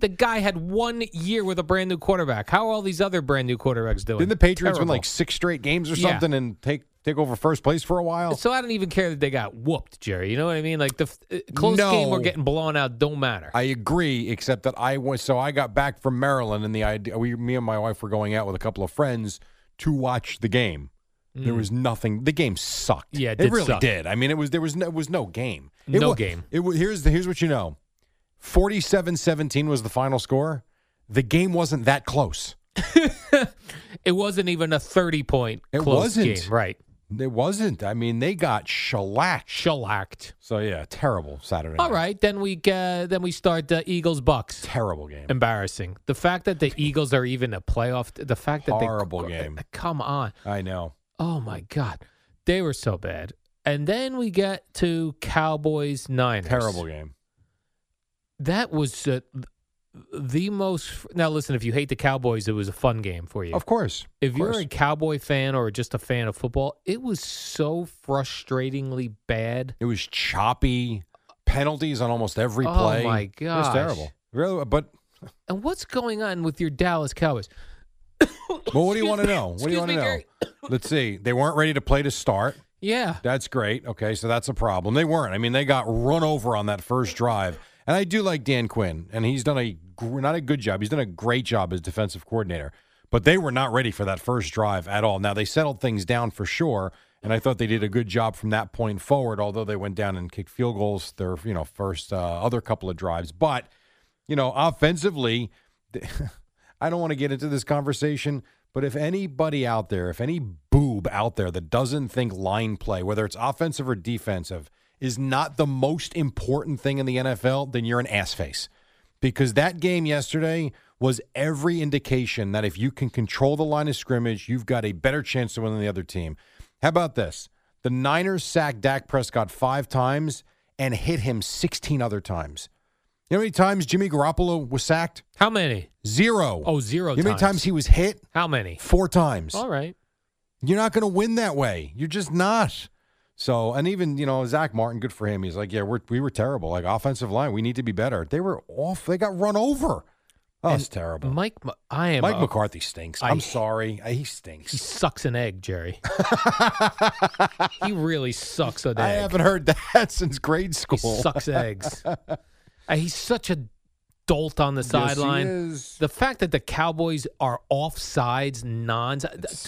Speaker 2: the guy had one year with a brand new quarterback. How are all these other brand new quarterbacks doing?
Speaker 1: Didn't the Patriots win
Speaker 2: Terrible.
Speaker 1: like six straight games or
Speaker 2: Yeah.
Speaker 1: something and take take over first place for a while?
Speaker 2: So I don't even care that they got whooped, Jerry. You know what I mean? Like the f- uh, close game
Speaker 1: No.
Speaker 2: or getting blown out don't matter.
Speaker 1: I agree, except that I was so I got back from Maryland and the idea we me and my wife were going out with a couple of friends to watch the game. There was nothing. The game sucked.
Speaker 2: Mm. Yeah, it
Speaker 1: it
Speaker 2: did
Speaker 1: really
Speaker 2: suck.
Speaker 1: did. I mean, it was there was no, it was no game. It
Speaker 2: No
Speaker 1: wa-
Speaker 2: game.
Speaker 1: It was here's the, here's what you know. 47-17 was the final score. The game wasn't that close.
Speaker 2: It wasn't even a 30 point
Speaker 1: It
Speaker 2: close
Speaker 1: wasn't.
Speaker 2: game, right?
Speaker 1: It wasn't. I mean, they got shellacked.
Speaker 2: Shellacked.
Speaker 1: So yeah, terrible Saturday.
Speaker 2: All
Speaker 1: night.
Speaker 2: right, then we uh, then we start the Eagles Bucks.
Speaker 1: terrible game.
Speaker 2: Embarrassing. The fact that the Eagles are even a playoff. The fact that
Speaker 1: Horrible
Speaker 2: they, uh,
Speaker 1: game.
Speaker 2: Come on.
Speaker 1: I know.
Speaker 2: Oh my God, they were so bad. And then we get to Cowboys Niners.
Speaker 1: Terrible game.
Speaker 2: That was uh, th- the most. Now listen, if you hate the Cowboys, it was a fun game for you.
Speaker 1: Of course.
Speaker 2: If
Speaker 1: Of
Speaker 2: you're
Speaker 1: course.
Speaker 2: a Cowboy fan or just a fan of football, it was so frustratingly bad.
Speaker 1: it was choppy. Penalties on almost every
Speaker 2: Oh,
Speaker 1: play.
Speaker 2: my
Speaker 1: It was
Speaker 2: gosh.
Speaker 1: terrible. Really, but
Speaker 2: And what's going on with your Dallas Cowboys?
Speaker 1: well, what do you
Speaker 2: Excuse
Speaker 1: want to
Speaker 2: me.
Speaker 1: know? What do
Speaker 2: Excuse
Speaker 1: you want to
Speaker 2: me,
Speaker 1: know?
Speaker 2: Gary.
Speaker 1: Let's see. They weren't ready to play to start.
Speaker 2: Yeah.
Speaker 1: That's great. Okay, so that's a problem. They weren't. I mean, they got run over on that first drive. And I do like Dan Quinn, and he's done a gr- not a good job. He's done a great job as defensive coordinator. But they were not ready for that first drive at all. Now they settled things down for sure, and I thought they did a good job from that point forward. Although they went down and kicked field goals their you know first uh, other couple of drives, but you know offensively, I don't want to get into this conversation, but if anybody out there, if any boob out there that doesn't think line play, whether it's offensive or defensive, is not the most important thing in the NFL, then you're an ass face. Because that game yesterday was every indication that if you can control the line of scrimmage, you've got a better chance to win than the other team. How about this? The Niners sacked Dak Prescott five times and hit him 16 other times. You know how many times Jimmy Garoppolo was sacked?
Speaker 2: How many?
Speaker 1: Zero.
Speaker 2: Oh, zero
Speaker 1: You know how many
Speaker 2: times. Oh.
Speaker 1: times he was hit?
Speaker 2: How many?
Speaker 1: Four times.
Speaker 2: All right.
Speaker 1: You're not going to win that way. You're just not. So, and even you know Zach Martin, good for him. He's like, yeah, we're, we were terrible. Like offensive line, we need to be better. They were off. They got run over. Oh, it's terrible.
Speaker 2: Mike, Ma- I am.
Speaker 1: Mike
Speaker 2: a-
Speaker 1: McCarthy stinks.
Speaker 2: I-
Speaker 1: I'm sorry. I- he
Speaker 2: He
Speaker 1: stinks.
Speaker 2: sucks an egg, Jerry. he really sucks an egg.
Speaker 1: I haven't heard that since grade
Speaker 2: he
Speaker 1: school.
Speaker 2: sucks eggs. Uh, he's such a dolt on the
Speaker 1: Yes, he
Speaker 2: sideline.
Speaker 1: is.
Speaker 2: The fact that the Cowboys are offsides, nons,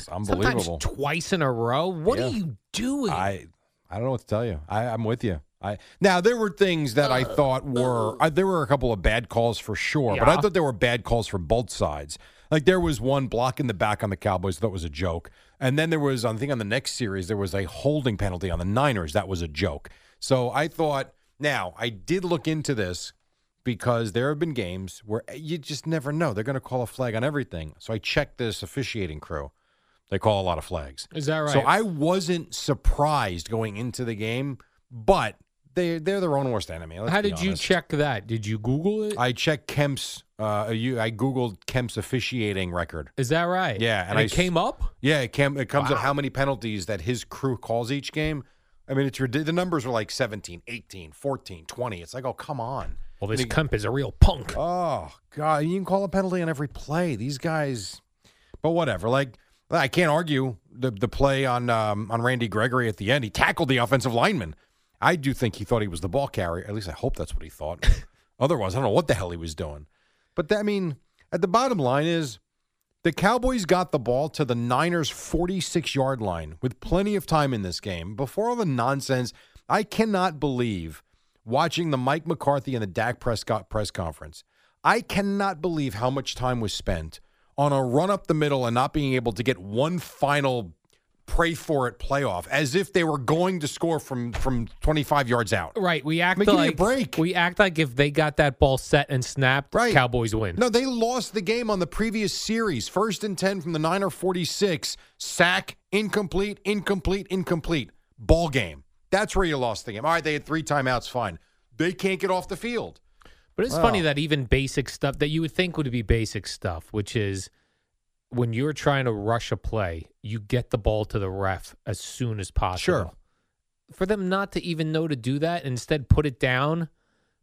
Speaker 1: unbelievable.
Speaker 2: sometimes twice in a row. What
Speaker 1: Yeah.
Speaker 2: are you doing?
Speaker 1: I I don't know what to tell you. I, I'm with you. I now there were things that I thought were I, there were a couple of bad calls for sure, but I
Speaker 2: Yeah.
Speaker 1: thought there were bad calls for both sides. Like there was one block in the back on the Cowboys that was a joke, and then there was I think on the next series there was a holding penalty on the Niners that was a joke. So I thought now I did look into this because there have been games where eh, you just never know they're going to call a flag on everything. So I checked this officiating crew. They call a lot of flags.
Speaker 2: Is that right?
Speaker 1: So I wasn't surprised going into the game, but they they're their own worst enemy. let's
Speaker 2: How
Speaker 1: be
Speaker 2: did you
Speaker 1: honest.
Speaker 2: check that? Did you Google it? Is
Speaker 1: I checked Kemp's. Uh, you, I googled Kemp's officiating record.
Speaker 2: that right?
Speaker 1: Yeah,
Speaker 2: and,
Speaker 1: and I
Speaker 2: it
Speaker 1: s-
Speaker 2: came up.
Speaker 1: Yeah, it, came, it comes up how many penalties that his crew calls each game. I mean, it's ridic- the numbers are like 17, 18, 14, 20. It's like, oh, come on.
Speaker 2: Well, this
Speaker 1: And he-
Speaker 2: Kemp is a real punk.
Speaker 1: Oh God, you can call a penalty on every play. These guys, but whatever. Like I can't argue the the play on um, on Randy Gregory at the end. He tackled the offensive lineman. I do think he thought he was the ball carrier. At least I hope that's what he thought. Otherwise, I don't know what the hell he was doing. But that, I mean, at the bottom line is the Cowboys got the ball to the Niners 46 yard line with plenty of time in this game. Before all the nonsense, I cannot believe watching the Mike McCarthy and the Dak Prescott press conference. I cannot believe how much time was spent on a run up the middle and not being able to get one final pray for it playoff as if they were going to score from from 25 yards out.
Speaker 2: Right, we act
Speaker 1: mean, give me a
Speaker 2: like
Speaker 1: break.
Speaker 2: we act like if they got that ball set and snapped,
Speaker 1: Right.
Speaker 2: Cowboys win.
Speaker 1: No, they lost the game on the previous series. First and 10 from the Niner 46. Sack, incomplete, incomplete, incomplete. Ball game. That's where you lost the game. All right, they had three timeouts, fine. They can't get off the field.
Speaker 2: But it's funny that even basic stuff that you would think would be basic stuff, which is when you're trying to rush a play, you get the ball to the ref as soon as possible.
Speaker 1: Sure.
Speaker 2: For them not to even know to do that, instead put it down.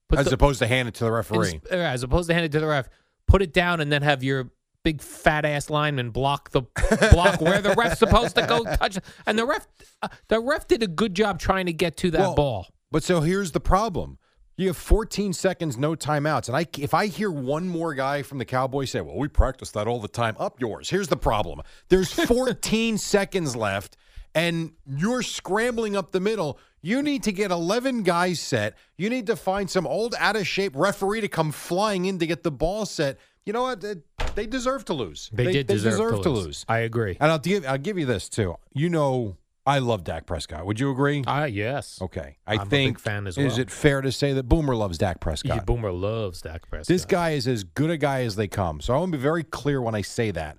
Speaker 2: Put
Speaker 1: as
Speaker 2: the,
Speaker 1: opposed to hand it to the referee.
Speaker 2: ins- uh, as opposed to hand it to the ref, put it down and then have your big fat ass lineman block the block where the ref's supposed to go touch. And the ref, uh, the ref did a good job trying to get to that
Speaker 1: Well,
Speaker 2: ball.
Speaker 1: But so here's the problem. You have 14 seconds, no timeouts. And I, if I hear one more guy from the Cowboys say, well, we practice that all the time, up yours. Here's the problem. There's 14 seconds left, and you're scrambling up the middle. You need to get 11 guys set. You need to find some old, out of shape referee to come flying in to get the ball set. You know what? They- They deserve Uh, to lose.
Speaker 2: They, did deserve,
Speaker 1: deserve
Speaker 2: to lose. I agree.
Speaker 1: And I'll give I'll give you this too. You know I love Dak Prescott. Would you agree?
Speaker 2: Ah, yes.
Speaker 1: okay. I
Speaker 2: I'm a big
Speaker 1: think
Speaker 2: fan as
Speaker 1: Is
Speaker 2: well.
Speaker 1: it fair to say that Boomer loves Dak
Speaker 2: Yeah,
Speaker 1: Prescott?
Speaker 2: Boomer loves Dak Prescott.
Speaker 1: this guy is as good a guy as they come. So I want to be very clear when I say that.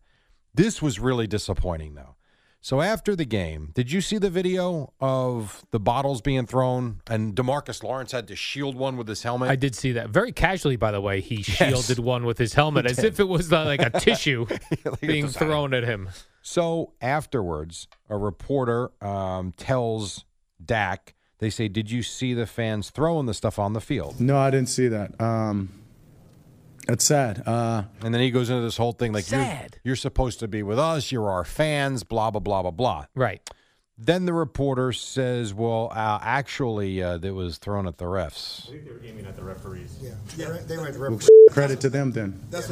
Speaker 1: This was really disappointing though. So after the game, did you see the video of the bottles being thrown and DeMarcus Lawrence had to shield one with his helmet?
Speaker 2: I did see that very casually, by the way. He shielded one with his helmet as if it was uh, like a tissue being thrown at him.
Speaker 1: So afterwards, a reporter um, tells Dak, they say, Did you see the fans throwing the stuff on the field?
Speaker 6: No, I didn't see that. Um, that's sad. Uh,
Speaker 1: And then he goes into this whole thing like, you're,
Speaker 2: Sad.
Speaker 1: you're supposed to be with us. You're our fans, blah, blah, blah, blah, blah.
Speaker 2: Right.
Speaker 1: Then the reporter says, Well, uh, actually, uh, that was thrown at the refs.
Speaker 6: credit to them then. That's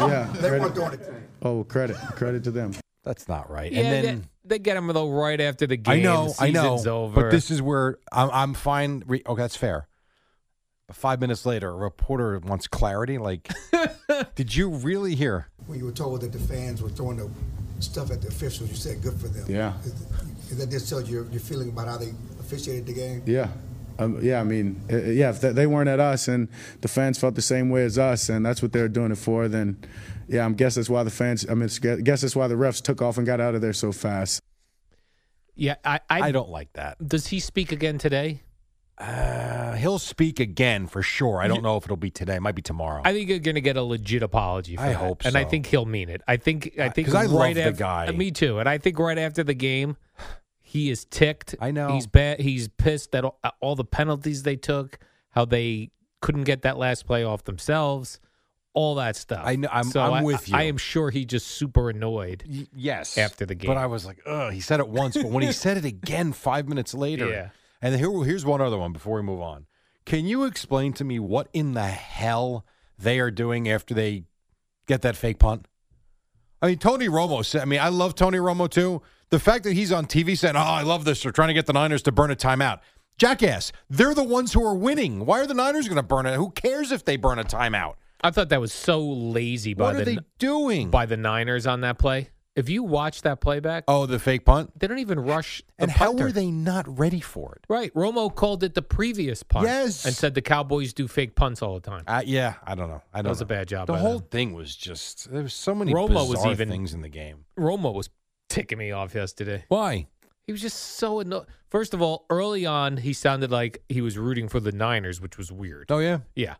Speaker 6: yeah, they weren't doing it. Oh, credit, credit to them.
Speaker 1: That's not right.
Speaker 2: Yeah,
Speaker 1: and then.
Speaker 2: they, they get him though right after the game.
Speaker 1: I know, I know.
Speaker 2: Season's Over.
Speaker 1: But this is where I'm, I'm fine. Re- okay, that's fair. But Five minutes later, a reporter wants clarity. Like, did you really hear?
Speaker 7: When you were told that the fans were throwing the stuff at the officials, you said good for them.
Speaker 6: Yeah.
Speaker 7: Is that just tells you your, your feeling about how they officiated the game?
Speaker 6: Yeah. Um, yeah, I mean, uh, yeah, if th- they weren't at us and the fans felt the same way as us and that's what they were doing it for, then, yeah, I am guess that's why the fans, I mean, it's gu- guess that's why the refs took off and got out of there so fast.
Speaker 2: yeah, I, I,
Speaker 1: I don't like that.
Speaker 2: Does he speak again today?
Speaker 1: Uh, he'll speak again for sure. I don't know if it'll be today. It might be tomorrow.
Speaker 2: I think you're going to get a legit apology. For
Speaker 1: I
Speaker 2: that.
Speaker 1: hope
Speaker 2: and I
Speaker 1: so.
Speaker 2: think he'll mean it. I think I
Speaker 1: I-
Speaker 2: think
Speaker 1: 'cause I love
Speaker 2: right
Speaker 1: the
Speaker 2: af-
Speaker 1: guy.
Speaker 2: Me too. And I think right after the game, he is ticked.
Speaker 1: I know.
Speaker 2: he's bad. He's pissed that all, all the penalties they took, how they couldn't get that last play off themselves, all that stuff.
Speaker 1: I know- I'm-
Speaker 2: so
Speaker 1: I'm
Speaker 2: I-
Speaker 1: with
Speaker 2: I
Speaker 1: you.
Speaker 2: am sure he just super annoyed.
Speaker 1: Y- yes.
Speaker 2: After the game.
Speaker 1: But I was like, ugh, he said it once. But when he said it again five minutes later.
Speaker 2: Yeah.
Speaker 1: And here, here's one other one before we move on. Can you explain to me what in the hell they are doing after they get that fake punt? I mean, Tony Romo said, I mean, I love Tony Romo too. The fact that he's on TV saying, oh, I love this. They're trying to get the Niners to burn a timeout. Jackass, they're the ones who are winning. Why are the Niners going to burn it? Who cares if they burn a timeout?
Speaker 2: I thought that was so lazy by
Speaker 1: What are
Speaker 2: the
Speaker 1: they doing?
Speaker 2: by the Niners on that play. If you watch that playback,
Speaker 1: oh, the fake punt?
Speaker 2: they don't even rush. The
Speaker 1: And how
Speaker 2: punter.
Speaker 1: were they not ready for it?
Speaker 2: Right. Romo called it the previous punt.
Speaker 1: Yes.
Speaker 2: And said the Cowboys do fake punts all the time.
Speaker 1: Uh, yeah, I don't know. I don't
Speaker 2: was
Speaker 1: know.
Speaker 2: a bad job
Speaker 1: The
Speaker 2: by
Speaker 1: whole
Speaker 2: them.
Speaker 1: thing was just there was so many
Speaker 2: Romo was
Speaker 1: bizarre
Speaker 2: even-
Speaker 1: things in the game.
Speaker 2: Romo was ticking me off yesterday.
Speaker 1: Why?
Speaker 2: He was just so annoyed. First of all, early on, he sounded like he was rooting for the Niners, which was weird.
Speaker 1: Oh yeah,
Speaker 2: Yeah.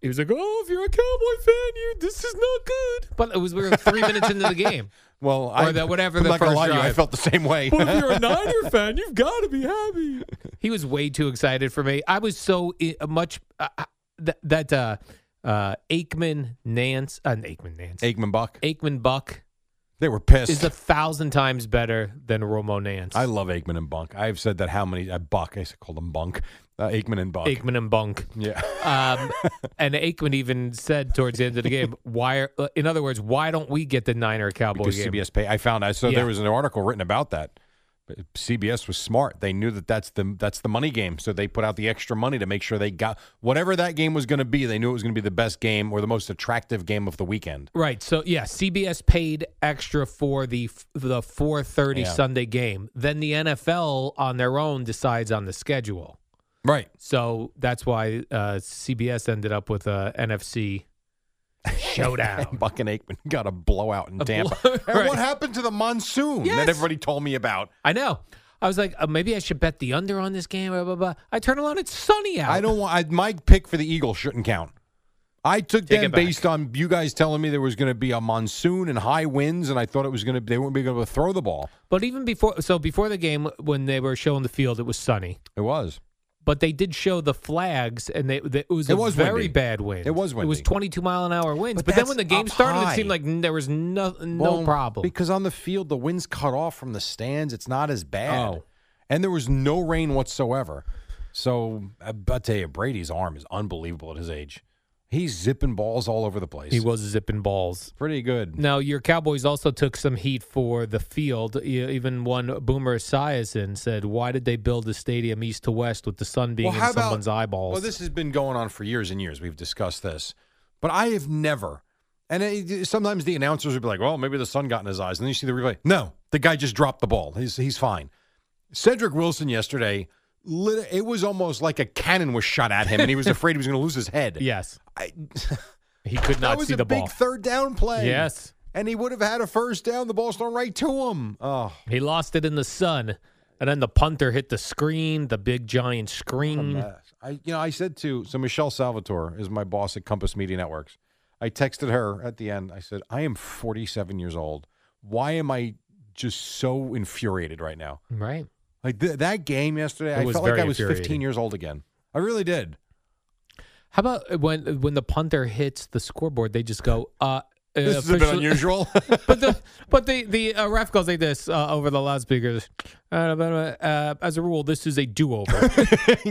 Speaker 2: He was like, oh, if you're a Cowboy fan, you this is not good. But it was we were three minutes into the game.
Speaker 1: well,
Speaker 2: Or
Speaker 1: I
Speaker 2: that whatever
Speaker 1: I'm
Speaker 2: the
Speaker 1: not gonna
Speaker 2: first
Speaker 1: lie to you, I
Speaker 2: drive.
Speaker 1: felt the same way.
Speaker 2: But if you're a Niner fan, you've got to be happy. He was way too excited for me. I was so i- much uh, uh, that that uh, uh, Aikman Nance, uh, Aikman Nance,
Speaker 1: Aikman Buck,
Speaker 2: Aikman Buck
Speaker 1: they were pissed.
Speaker 2: is a thousand times better than Romo Nance.
Speaker 1: I love Aikman and Bunk. I've said that how many? Uh, Buck, I used to call them Bunk. Uh, Aikman and Buck.
Speaker 2: Aikman and Bunk.
Speaker 1: Yeah,
Speaker 2: Um, and Aikman even said towards the end of the game, "Why? Are, uh, in other words, why don't we get the Niner Cowboy
Speaker 1: because
Speaker 2: game?"
Speaker 1: CBS pay. I found I saw
Speaker 2: Yeah.
Speaker 1: there was an article written about that. But CBS was smart. They knew that that's the that's the money game, so they put out the extra money to make sure they got whatever that game was going to be. They knew it was going to be the best game or the most attractive game of the weekend.
Speaker 2: Right. So yeah, CBS paid extra for the f- the 4:30
Speaker 1: Yeah.
Speaker 2: Sunday game. Then the NFL on their own decides on the schedule.
Speaker 1: Right.
Speaker 2: So that's why uh, CBS ended up with a NFC showdown.
Speaker 1: Buck and Aikman got a blowout in
Speaker 2: A
Speaker 1: Tampa.
Speaker 2: blow-
Speaker 1: And
Speaker 2: Right.
Speaker 1: what happened to the monsoon
Speaker 2: Yes.
Speaker 1: that everybody told me about?
Speaker 2: I know. I was like, uh, maybe I should bet the under on this game. Blah blah blah. I turn around, it's sunny out.
Speaker 1: I don't want I, my pick for the Eagles shouldn't count. I took
Speaker 2: Take
Speaker 1: them
Speaker 2: it back.
Speaker 1: based on you guys telling me there was going to be a monsoon and high winds, and I thought it was going to they wouldn't be able to throw the ball.
Speaker 2: But even before, so before the game, when they were showing the field, it was sunny.
Speaker 1: It was.
Speaker 2: But they did show the flags, and they, they, it was
Speaker 1: It
Speaker 2: a
Speaker 1: was
Speaker 2: very
Speaker 1: windy.
Speaker 2: bad wind.
Speaker 1: It was
Speaker 2: It was
Speaker 1: windy.
Speaker 2: 22 mile an hour winds.
Speaker 1: But
Speaker 2: But, then
Speaker 1: that's
Speaker 2: when the game
Speaker 1: up
Speaker 2: started,
Speaker 1: high.
Speaker 2: it seemed like n- there was no no
Speaker 1: Well,
Speaker 2: problem.
Speaker 1: because on the field the wind's cut off from the stands. It's not as bad,
Speaker 2: Oh.
Speaker 1: and there was no rain whatsoever. So I, I tell you, Brady's arm is unbelievable at his age. He's zipping balls all over the place.
Speaker 2: he was zipping balls.
Speaker 1: pretty good.
Speaker 2: Now your Cowboys also took some heat for the field. E- Even one Boomer Esiason said, "Why did they build the stadium east to west with the sun being in someone's eyeballs?"
Speaker 1: Well, this has been going on for years and years. We've discussed this, but I have never And it, sometimes the announcers would be like, "Well, maybe the sun got in his eyes," and then you see the replay. No, the guy just dropped the ball. He's he's fine. Cedric Wilson yesterday, lit, it was almost like a cannon was shot at him, and he was afraid he was going to lose his head.
Speaker 2: Yes.
Speaker 1: I,
Speaker 2: He could
Speaker 1: that
Speaker 2: not
Speaker 1: was
Speaker 2: see
Speaker 1: a
Speaker 2: the
Speaker 1: big
Speaker 2: ball.
Speaker 1: third down play.
Speaker 2: Yes.
Speaker 1: and he would have had a first down. The ball's thrown right to him. Oh,
Speaker 2: He lost it in the sun, and then the punter hit the screen, the big giant screen.
Speaker 1: Yes. I you know I said to so Michelle Salvatore is my boss at Compass Media Networks. I texted her at the end. I said, "I am 47 years old. Why am I just so infuriated right now?
Speaker 2: Right.
Speaker 1: Like th- that game yesterday,
Speaker 2: It
Speaker 1: I
Speaker 2: was
Speaker 1: felt like
Speaker 2: very
Speaker 1: I was 15
Speaker 2: infuriating.
Speaker 1: years old again. I really did.
Speaker 2: How about when when the punter hits the scoreboard, they just go, uh,
Speaker 1: This
Speaker 2: uh,
Speaker 1: is a bit
Speaker 2: official-
Speaker 1: unusual.
Speaker 2: but the but the the uh, ref goes like this uh, over the loudspeakers. Uh, but, uh, uh, as a rule, this is a do over.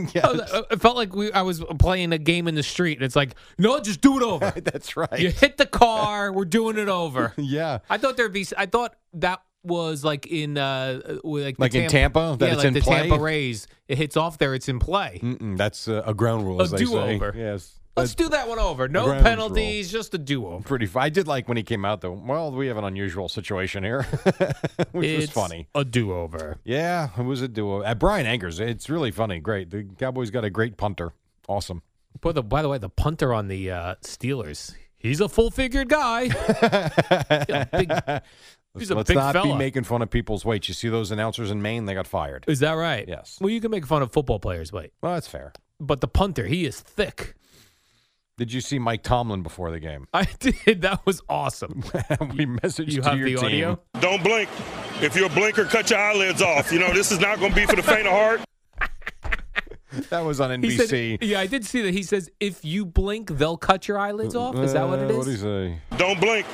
Speaker 2: It felt like we I was playing a game in the street. and It's like no, just do it over.
Speaker 1: That's right.
Speaker 2: You hit the car, we're doing it over.
Speaker 1: Yeah.
Speaker 2: I thought there'd be. I thought that was like in uh, like the
Speaker 1: Like in Tampa, that
Speaker 2: yeah,
Speaker 1: it's
Speaker 2: like
Speaker 1: in
Speaker 2: the
Speaker 1: play?
Speaker 2: Tampa Rays. It hits off there. It's in play.
Speaker 1: Mm-mm, that's uh, a ground rule.
Speaker 2: A
Speaker 1: as they say.
Speaker 2: do-over.
Speaker 1: Yes.
Speaker 2: Let's do that one over. No
Speaker 1: grounds
Speaker 2: penalties, just a do over.
Speaker 1: Pretty. Fun. I did like when he came out though. Well, we have an unusual situation here, which was funny.
Speaker 2: A do over.
Speaker 1: Yeah, it was a duo. At Brian Angers, it's really funny. Great. The Cowboys got a great punter. Awesome.
Speaker 2: By the, by the way, the punter on the uh, Steelers, he's a full figured guy. Yeah, big- he's a
Speaker 1: Let's
Speaker 2: big
Speaker 1: not be
Speaker 2: fella.
Speaker 1: making fun of people's weight. You see those announcers in Maine? They got fired.
Speaker 2: Is that right?
Speaker 1: Yes.
Speaker 2: Well, you can make fun of football players, wait.
Speaker 1: Well, that's fair.
Speaker 2: But the punter, he is thick.
Speaker 1: Did you see Mike Tomlin before the game?
Speaker 2: I did. That was awesome.
Speaker 1: we messaged
Speaker 2: You
Speaker 1: to
Speaker 2: have
Speaker 1: your
Speaker 2: the
Speaker 1: team.
Speaker 2: audio?
Speaker 8: Don't blink. If you're a blinker, cut your eyelids off. You know, this is not going to be for the faint of heart.
Speaker 1: That was on
Speaker 2: He
Speaker 1: NBC.
Speaker 2: said, yeah, I did see that. He says, if you blink, they'll cut your eyelids off. Is that what it
Speaker 1: Uh, what'd he
Speaker 2: is?
Speaker 1: say?
Speaker 8: Don't blink.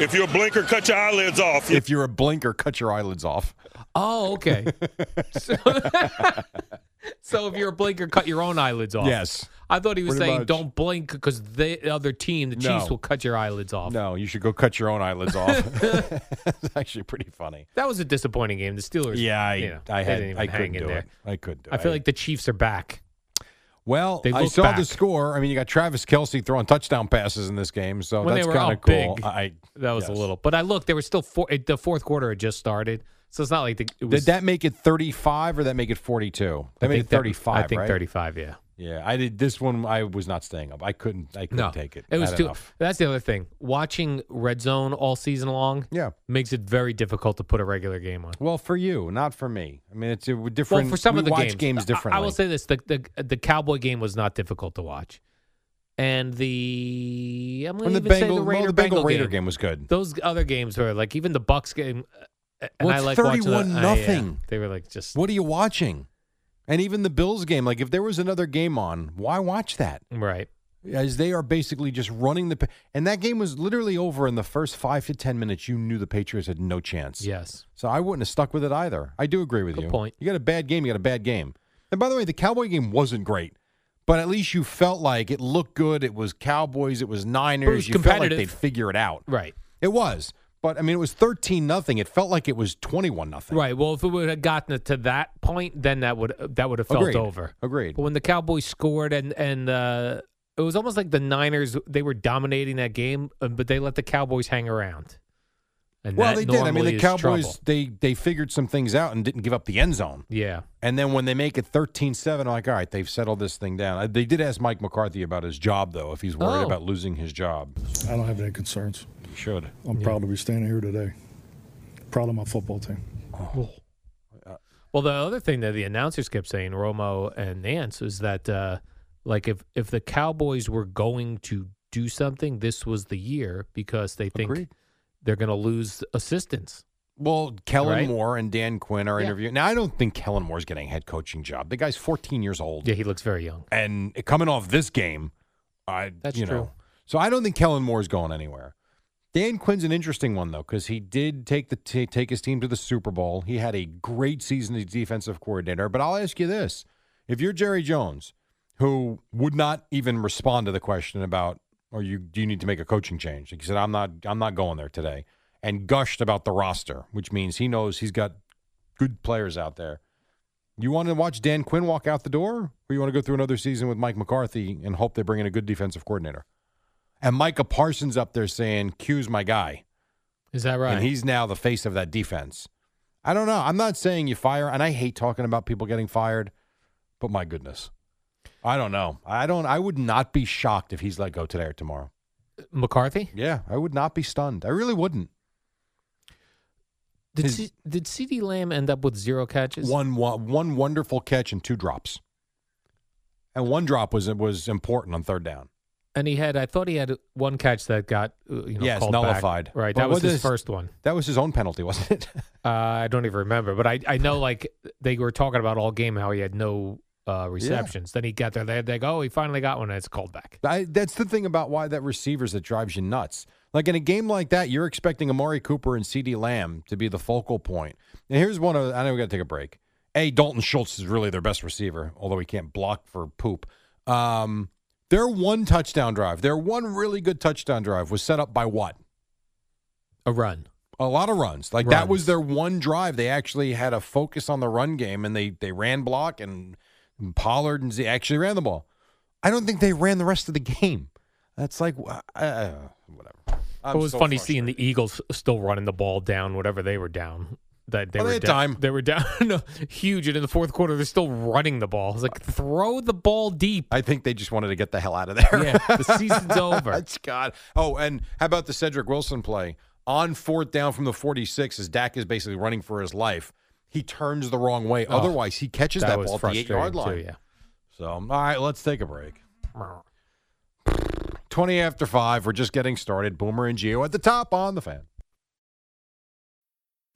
Speaker 8: If you're a blinker, cut your eyelids off.
Speaker 1: If you're a blinker, cut your eyelids off.
Speaker 2: Oh, okay. so, so if you're a blinker, cut your own eyelids off.
Speaker 1: Yes.
Speaker 2: I thought he was
Speaker 1: Pretty
Speaker 2: saying
Speaker 1: much.
Speaker 2: don't blink because the other team, the
Speaker 1: No.
Speaker 2: Chiefs, will cut your eyelids off.
Speaker 1: No, you should go cut your own eyelids off. It's actually pretty funny.
Speaker 2: That was a disappointing game. The Steelers.
Speaker 1: Yeah, I,
Speaker 2: you know,
Speaker 1: I
Speaker 2: they
Speaker 1: had,
Speaker 2: didn't even
Speaker 1: I
Speaker 2: hang
Speaker 1: couldn't
Speaker 2: in
Speaker 1: do
Speaker 2: there.
Speaker 1: it. I couldn't do
Speaker 2: I
Speaker 1: it.
Speaker 2: feel like the Chiefs are back.
Speaker 1: Well,
Speaker 2: They
Speaker 1: I
Speaker 2: look
Speaker 1: saw the
Speaker 2: back.
Speaker 1: score. I mean, you got Travis Kelsey throwing touchdown passes in this game, so
Speaker 2: When they
Speaker 1: that's
Speaker 2: were
Speaker 1: kind of
Speaker 2: out
Speaker 1: cool.
Speaker 2: big,
Speaker 1: I,
Speaker 2: That was
Speaker 1: yes.
Speaker 2: a little, but I looked. They were still four. It, the fourth quarter had just started, so it's not like the, it was.
Speaker 1: Did that make it 35 or that make it 42? That
Speaker 2: I
Speaker 1: made
Speaker 2: think
Speaker 1: it
Speaker 2: that-
Speaker 1: 35.
Speaker 2: I think
Speaker 1: right?
Speaker 2: 35. Yeah.
Speaker 1: Yeah, I did this one. I was not staying up. I couldn't. I couldn't
Speaker 2: No,
Speaker 1: take it.
Speaker 2: was
Speaker 1: Had
Speaker 2: too.
Speaker 1: enough.
Speaker 2: That's the other thing. Watching red zone all season long
Speaker 1: Yeah.
Speaker 2: makes it very difficult to put a regular game on.
Speaker 1: Well, for you, not for me. I mean, it's a
Speaker 2: Well,
Speaker 1: different.
Speaker 2: for some
Speaker 1: we
Speaker 2: of the
Speaker 1: watch
Speaker 2: games, I-
Speaker 1: differently.
Speaker 2: I, will say this: the, the the Cowboy game was not difficult to watch, and the I'm going
Speaker 1: when
Speaker 2: to even
Speaker 1: the
Speaker 2: say
Speaker 1: Bengal,
Speaker 2: the Raider
Speaker 1: well, the Bengal
Speaker 2: Bengal
Speaker 1: Raider
Speaker 2: game.
Speaker 1: game was good.
Speaker 2: Those other games were like even the Bucks game, uh, and
Speaker 1: Well,
Speaker 2: I like
Speaker 1: it's
Speaker 2: watching the-
Speaker 1: 31
Speaker 2: I, yeah,
Speaker 1: nothing.
Speaker 2: they were like just
Speaker 1: What are you watching? And even the Bills game. Like, if there was another game on, why watch that?
Speaker 2: right.
Speaker 1: as they are basically just running the pa- and that game was literally over in the first five to ten minutes you knew the patriots had no chance
Speaker 2: Yes,
Speaker 1: so i wouldn't have stuck with it either i do agree with
Speaker 2: Good
Speaker 1: you
Speaker 2: point.
Speaker 1: you got a bad game you got a bad game and by the way the cowboy game wasn't great but at least you felt like it looked good it was cowboys it was niners you felt like
Speaker 2: competitive.
Speaker 1: they'd figure it out
Speaker 2: right,
Speaker 1: it was but i mean it was 13 nothing it felt like it was 21 nothing
Speaker 2: right. Well, if it would have gotten it to that point, then that would that would have felt
Speaker 1: Agreed.
Speaker 2: over.
Speaker 1: Agreed.
Speaker 2: But when the Cowboys scored and and uh, it was almost like the Niners they were dominating that game, uh, but they let the Cowboys hang around. And
Speaker 1: well
Speaker 2: that
Speaker 1: they did i mean
Speaker 2: normally
Speaker 1: the
Speaker 2: is
Speaker 1: cowboys
Speaker 2: trouble.
Speaker 1: they they figured some things out and didn't give up the end zone
Speaker 2: Yeah.
Speaker 1: And then when they make it 13-7, I'm like, all right, they've settled this thing down. Uh, They did ask Mike McCarthy about his job, though, if he's worried
Speaker 2: Oh.
Speaker 1: about losing his job.
Speaker 9: I don't have any concerns.
Speaker 1: He should.
Speaker 9: I'm proud to be standing here today. Proud of my football team.
Speaker 2: Well, the other thing that the announcers kept saying, Romo and Nance, was that uh, like if if the Cowboys were going to do something, this was the year because they think
Speaker 1: Agreed.
Speaker 2: they're going to lose assistants.
Speaker 1: Well, Kellen
Speaker 2: Right.
Speaker 1: Moore and Dan Quinn are
Speaker 2: Yeah.
Speaker 1: interviewing. Now, I don't think Kellen Moore's getting a head coaching job. The guy's 14 years old.
Speaker 2: Yeah, he looks very young.
Speaker 1: And coming off this game, I,
Speaker 2: That's
Speaker 1: you know.
Speaker 2: true.
Speaker 1: So I don't think Kellen Moore's going anywhere. Dan Quinn's an interesting one though, because he did take the t- take his team to the Super Bowl. He had a great season as defensive coordinator. But I'll ask you this: If you're Jerry Jones, who would not even respond to the question about, "Are you do you need to make a coaching change?" He said, "I'm not I'm not going there today," and gushed about the roster, which means he knows he's got good players out there. You want to watch Dan Quinn walk out the door, or you want to go through another season with Mike McCarthy and hope they bring in a good defensive coordinator? And Micah Parsons up there saying, Q's my guy.
Speaker 2: Is that right?
Speaker 1: And he's now the face of that defense. I don't know. I'm not saying you fire, and I hate talking about people getting fired, but my goodness. I don't know. I don't I would not be shocked if he's let go today or tomorrow.
Speaker 2: McCarthy?
Speaker 1: Yeah, I would not be stunned. I really wouldn't.
Speaker 2: Did
Speaker 1: His-
Speaker 2: C- did CD Lamb end up with zero catches?
Speaker 1: One one one wonderful catch and two drops. And one drop was was important on third down.
Speaker 2: And he had I thought he had one catch that got uh, you know
Speaker 1: yes,
Speaker 2: called back.
Speaker 1: nullified.
Speaker 2: Right,
Speaker 1: But
Speaker 2: that was
Speaker 1: what
Speaker 2: his
Speaker 1: is-
Speaker 2: first one.
Speaker 1: That was his own penalty, wasn't it?
Speaker 2: Uh, I don't even remember, but I, I know like they were talking about all game how he had no uh, receptions. Then he got there, they they go, oh, he finally got one, and it's called back.
Speaker 1: I, that's the thing about why that receivers that drives you nuts. Like in a game like that, you're expecting Amari Cooper and C.D. Lamb to be the focal point. And here's one of I know we got to take a break. A Dalton Schultz is really their best receiver, although he can't block for poop. Um, their one touchdown drive, their one really good touchdown drive, was set up by what?
Speaker 2: A run.
Speaker 1: A lot of runs. Like that was their one drive. They actually had a focus on the run game, and they they ran block and Pollard and Z actually ran the ball. I don't think they ran the rest of the game. That's like wha- uh, whatever. I'm
Speaker 2: it was
Speaker 1: so
Speaker 2: funny
Speaker 1: frustrated.
Speaker 2: seeing the Eagles still running the ball down, whatever they were down. That they
Speaker 1: Well,
Speaker 2: were
Speaker 1: they had
Speaker 2: down,
Speaker 1: time.
Speaker 2: They were down huge, and in the fourth quarter, they're still running the ball. It's like throw the ball deep.
Speaker 1: I think they just wanted to get the hell out of there.
Speaker 2: Yeah, the season's over.
Speaker 1: That's God. Oh, and how about the Cedric Wilson play on fourth down from the forty-six? As Dak is basically running for his life, he turns the wrong way.
Speaker 2: Oh,
Speaker 1: Otherwise, he catches
Speaker 2: that
Speaker 1: that,
Speaker 2: was
Speaker 1: ball at the eight-yard line.
Speaker 2: frustrating too, yeah.
Speaker 1: So, all right, let's take a break. 20 after 5. We're just getting started. Boomer and Geo at the top on the fan.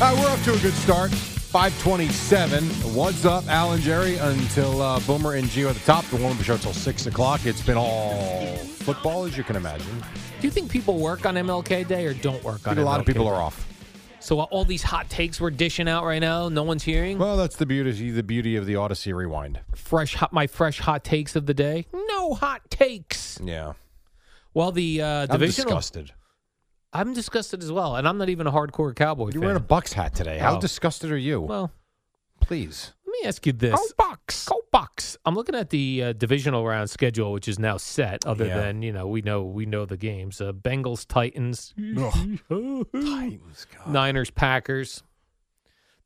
Speaker 1: All right, we're off to a good start. 527. What's up, Alan Jerry? Until uh, Boomer and Geo at the top. The warm-up show till 6 o'clock. It's been all football, as you can imagine.
Speaker 2: Do you think people work on MLK Day or don't work on?
Speaker 1: A lot
Speaker 2: MLK
Speaker 1: of people
Speaker 2: Day?
Speaker 1: are off.
Speaker 2: So uh, all these hot takes we're dishing out right now, no one's hearing.
Speaker 1: Well, that's the beauty the beauty of the Odyssey Rewind.
Speaker 2: Fresh hot, my fresh hot takes of the day. No hot takes.
Speaker 1: Yeah.
Speaker 2: Well, the uh,
Speaker 1: I'm
Speaker 2: divisional.
Speaker 1: disgusted.
Speaker 2: I'm disgusted as well, and I'm not even a hardcore Cowboy
Speaker 1: You're
Speaker 2: fan.
Speaker 1: wearing a Bucks hat today. How
Speaker 2: Oh.
Speaker 1: disgusted are you?
Speaker 2: Well,
Speaker 1: Please.
Speaker 2: let me ask you this:
Speaker 1: Oh.
Speaker 2: Go Bucks, go Bucks. I'm looking at the uh, divisional round schedule, which is now set. Other
Speaker 1: Yeah.
Speaker 2: than you know, we know we know the games: uh, Bengals, Titans,
Speaker 1: Titans, God.
Speaker 2: Niners, Packers.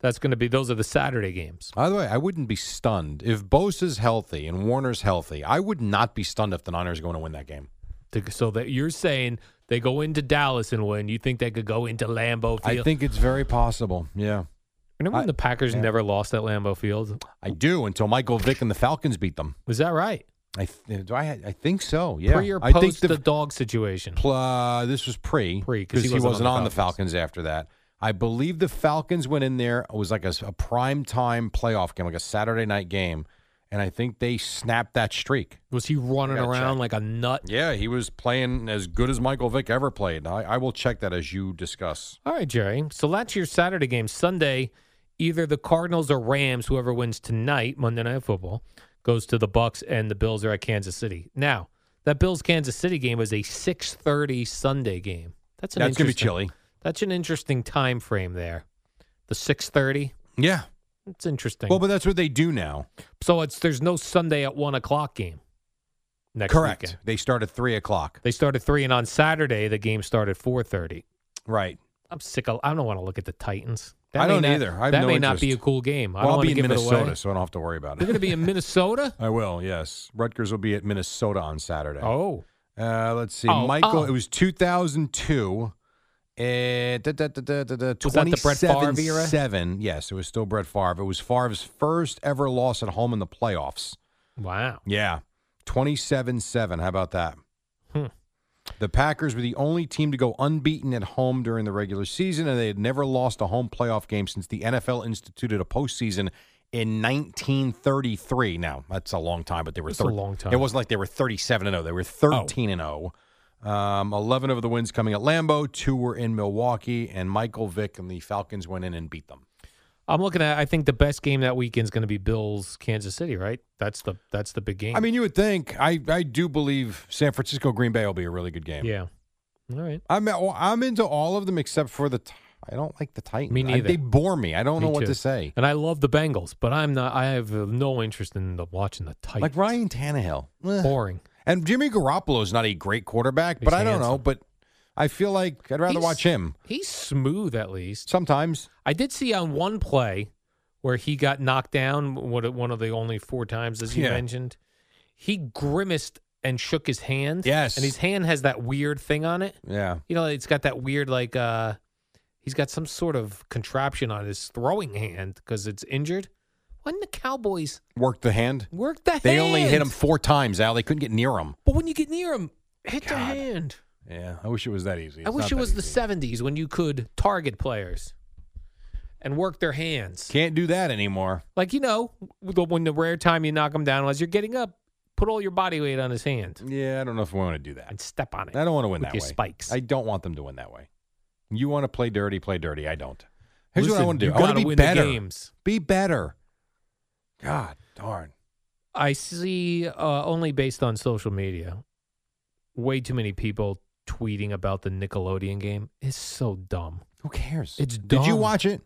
Speaker 2: That's going to be those are the Saturday games.
Speaker 1: By the way, I wouldn't be stunned if Bosa's healthy and Warner's healthy. I would not be stunned if the Niners are going to win that game.
Speaker 2: To- So that you're saying they go into Dallas and win. You think they could go into Lambeau Field?
Speaker 1: I think it's very possible. Yeah,
Speaker 2: Remember when
Speaker 1: I-
Speaker 2: the Packers never lost at Lambeau Field?
Speaker 1: I do. Until Michael Vick and the Falcons beat them.
Speaker 2: Was that right?
Speaker 1: I th- eh, do. I I think so. Yeah.
Speaker 2: Pre or
Speaker 1: I
Speaker 2: post
Speaker 1: think
Speaker 2: the dog situation?
Speaker 1: pl- uh, this was pre
Speaker 2: Pre,
Speaker 1: because he, wasn't on the Falcons. after that. I believe the Falcons went in there. It was like a, s- a prime time playoff game, like a Saturday night game, and I think they snapped that streak.
Speaker 2: Was he running
Speaker 1: gotta
Speaker 2: around
Speaker 1: check.
Speaker 2: like a nut?
Speaker 1: Yeah, he was playing as good as Michael Vick ever played. I, I will check that as you discuss.
Speaker 2: All right, Jerry. So that's your Saturday game. Sunday, either the Cardinals or Rams, whoever wins tonight, Monday Night Football, goes to the Bucks, and the Bills are at Kansas City. Now, that Bills Kansas City game is a six thirty Sunday game. That's an
Speaker 1: That's gonna be
Speaker 2: interesting-
Speaker 1: chilly.
Speaker 2: That's an interesting time frame there. The six thirty.
Speaker 1: Yeah.
Speaker 2: It's interesting.
Speaker 1: Well, but that's what they do now.
Speaker 2: so it's there's no Sunday at one o'clock game. Next
Speaker 1: Correct.
Speaker 2: weekend.
Speaker 1: They start at three o'clock.
Speaker 2: They start at three, and on Saturday the game started four thirty.
Speaker 1: Right.
Speaker 2: I'm sick of. I don't want to look at the Titans.
Speaker 1: I
Speaker 2: may
Speaker 1: don't
Speaker 2: not-
Speaker 1: either. I have
Speaker 2: that
Speaker 1: no
Speaker 2: may not be a
Speaker 1: interest.
Speaker 2: cool game. I
Speaker 1: Well,
Speaker 2: don't
Speaker 1: I'll
Speaker 2: want
Speaker 1: be
Speaker 2: to
Speaker 1: in
Speaker 2: give it
Speaker 1: Minnesota,
Speaker 2: away.
Speaker 1: so I don't have to worry about
Speaker 2: They're
Speaker 1: it.
Speaker 2: going to be in Minnesota.
Speaker 1: I will. Yes, Rutgers will be at Minnesota on Saturday.
Speaker 2: Oh,
Speaker 1: Uh, let's see,
Speaker 2: Oh,
Speaker 1: Michael.
Speaker 2: oh.
Speaker 1: It was 2002. Uh, da, da, da, da, da, da,
Speaker 2: Was that the Brett Favre era?
Speaker 1: 27-7. Yes, it was still Brett Favre. It was Favre's first ever loss at home in the playoffs.
Speaker 2: wow!
Speaker 1: Yeah, 27-7. How about that?
Speaker 2: Hmm.
Speaker 1: The Packers were the only team to go unbeaten at home during the regular season, and they had never lost a home playoff game since the NFL instituted a postseason in 1933. Now that's a long time, but they were
Speaker 2: That's a
Speaker 1: thir-
Speaker 2: long time. Oh.
Speaker 1: It wasn't like they were 37 and 0; they were 13 and 0. Um, 11 of the wins coming at Lambeau, two were in Milwaukee, and Michael Vick and the Falcons went in and beat them.
Speaker 2: I'm looking at. I think the best game that weekend is going to be Bills Kansas City. Right? That's the that's the big game.
Speaker 1: I mean, you would think I I do believe San Francisco Green Bay will be a really good game.
Speaker 2: yeah. All right.
Speaker 1: I'm well, I'm into all of them except for the Ti- I don't like the Titans.
Speaker 2: Me
Speaker 1: I-
Speaker 2: neither.
Speaker 1: they bore me. I don't
Speaker 2: Me
Speaker 1: know what
Speaker 2: too.
Speaker 1: to say.
Speaker 2: And I love the Bengals, but I'm not. I have uh, no interest in the, watching the Titans.
Speaker 1: Like Ryan Tannehill, Eh.
Speaker 2: boring.
Speaker 1: and Jimmy Garoppolo is not a great quarterback, but
Speaker 2: He's
Speaker 1: I don't know.
Speaker 2: handsome.
Speaker 1: But I feel like I'd rather
Speaker 2: He's-
Speaker 1: watch him.
Speaker 2: He's smooth at least.
Speaker 1: Sometimes
Speaker 2: I did see on one play where he got knocked down, what- one of the only four times, as you
Speaker 1: Yeah.
Speaker 2: mentioned. He grimaced and shook his hand.
Speaker 1: Yes.
Speaker 2: And his hand has that weird thing on it.
Speaker 1: Yeah.
Speaker 2: You know, it's got that weird, like, uh, he's got some sort of contraption on his throwing hand because it's injured. When the Cowboys
Speaker 1: Work the hand.
Speaker 2: work the
Speaker 1: They
Speaker 2: hand,
Speaker 1: only hit him four times, Al. They couldn't get near him.
Speaker 2: But when you get near him, hit the hand.
Speaker 1: Yeah. I wish it was that easy.
Speaker 2: I wish it was the 70s when you could target players and work their hands.
Speaker 1: Can't do that anymore.
Speaker 2: Like, you know, the- when the rare time you knock him down as you're getting up, put all your body weight on his hand
Speaker 1: Yeah, I don't know if we want to do that.
Speaker 2: and step on it.
Speaker 1: I don't want to win
Speaker 2: with
Speaker 1: that
Speaker 2: your
Speaker 1: way.
Speaker 2: spikes.
Speaker 1: I don't want them to win that way. You want to play dirty, play dirty. I don't. Here's what I
Speaker 2: Listen,
Speaker 1: want to
Speaker 2: you
Speaker 1: do. I want
Speaker 2: gotta
Speaker 1: to be
Speaker 2: win the
Speaker 1: better.
Speaker 2: games.
Speaker 1: Be better. God darn.
Speaker 2: I see uh, only based on social media, way too many people tweeting about the Nickelodeon game. It's so dumb.
Speaker 1: Who cares?
Speaker 2: It's
Speaker 1: Did you
Speaker 2: dumb.
Speaker 1: watch it?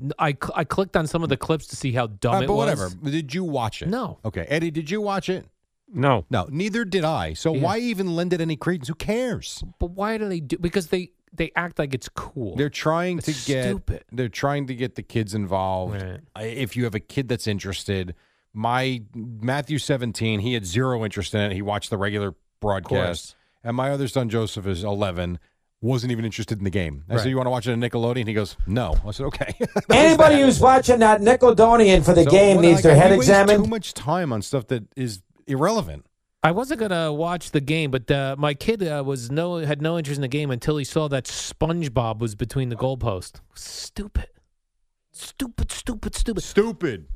Speaker 2: N- I, cl- I clicked on some of the clips to see how dumb
Speaker 1: Uh,
Speaker 2: it
Speaker 1: but
Speaker 2: was.
Speaker 1: whatever. Did you watch it?
Speaker 2: No.
Speaker 1: Okay, Eddie. Did you watch it?
Speaker 2: No.
Speaker 1: No. Neither did I. So
Speaker 2: Yeah.
Speaker 1: why even lend it any credence? Who cares?
Speaker 2: But why do they do? Because they they act like it's cool.
Speaker 1: They're trying
Speaker 2: It's
Speaker 1: to get.
Speaker 2: stupid.
Speaker 1: They're trying to get the kids involved.
Speaker 2: Right.
Speaker 1: I- If you have a kid that's interested, my Matthew seventeen, he had zero interest in it. He watched the regular broadcast, and my other son Joseph is eleven. Wasn't even interested in the game. I said,
Speaker 2: Right.
Speaker 1: "You want to watch it on Nickelodeon?" He goes, "No." I said, "Okay."
Speaker 10: Anybody who's watching that Nickelodeon for the
Speaker 1: So,
Speaker 10: game
Speaker 1: what-
Speaker 10: needs
Speaker 1: like,
Speaker 10: their
Speaker 1: we
Speaker 10: head
Speaker 1: waste Too
Speaker 10: examined.
Speaker 1: much time on stuff that is irrelevant.
Speaker 2: I wasn't gonna watch the game, but uh, my kid uh, was no had no interest in the game until he saw that SpongeBob was between the goalpost. Stupid, stupid, stupid, stupid.
Speaker 1: Stupid.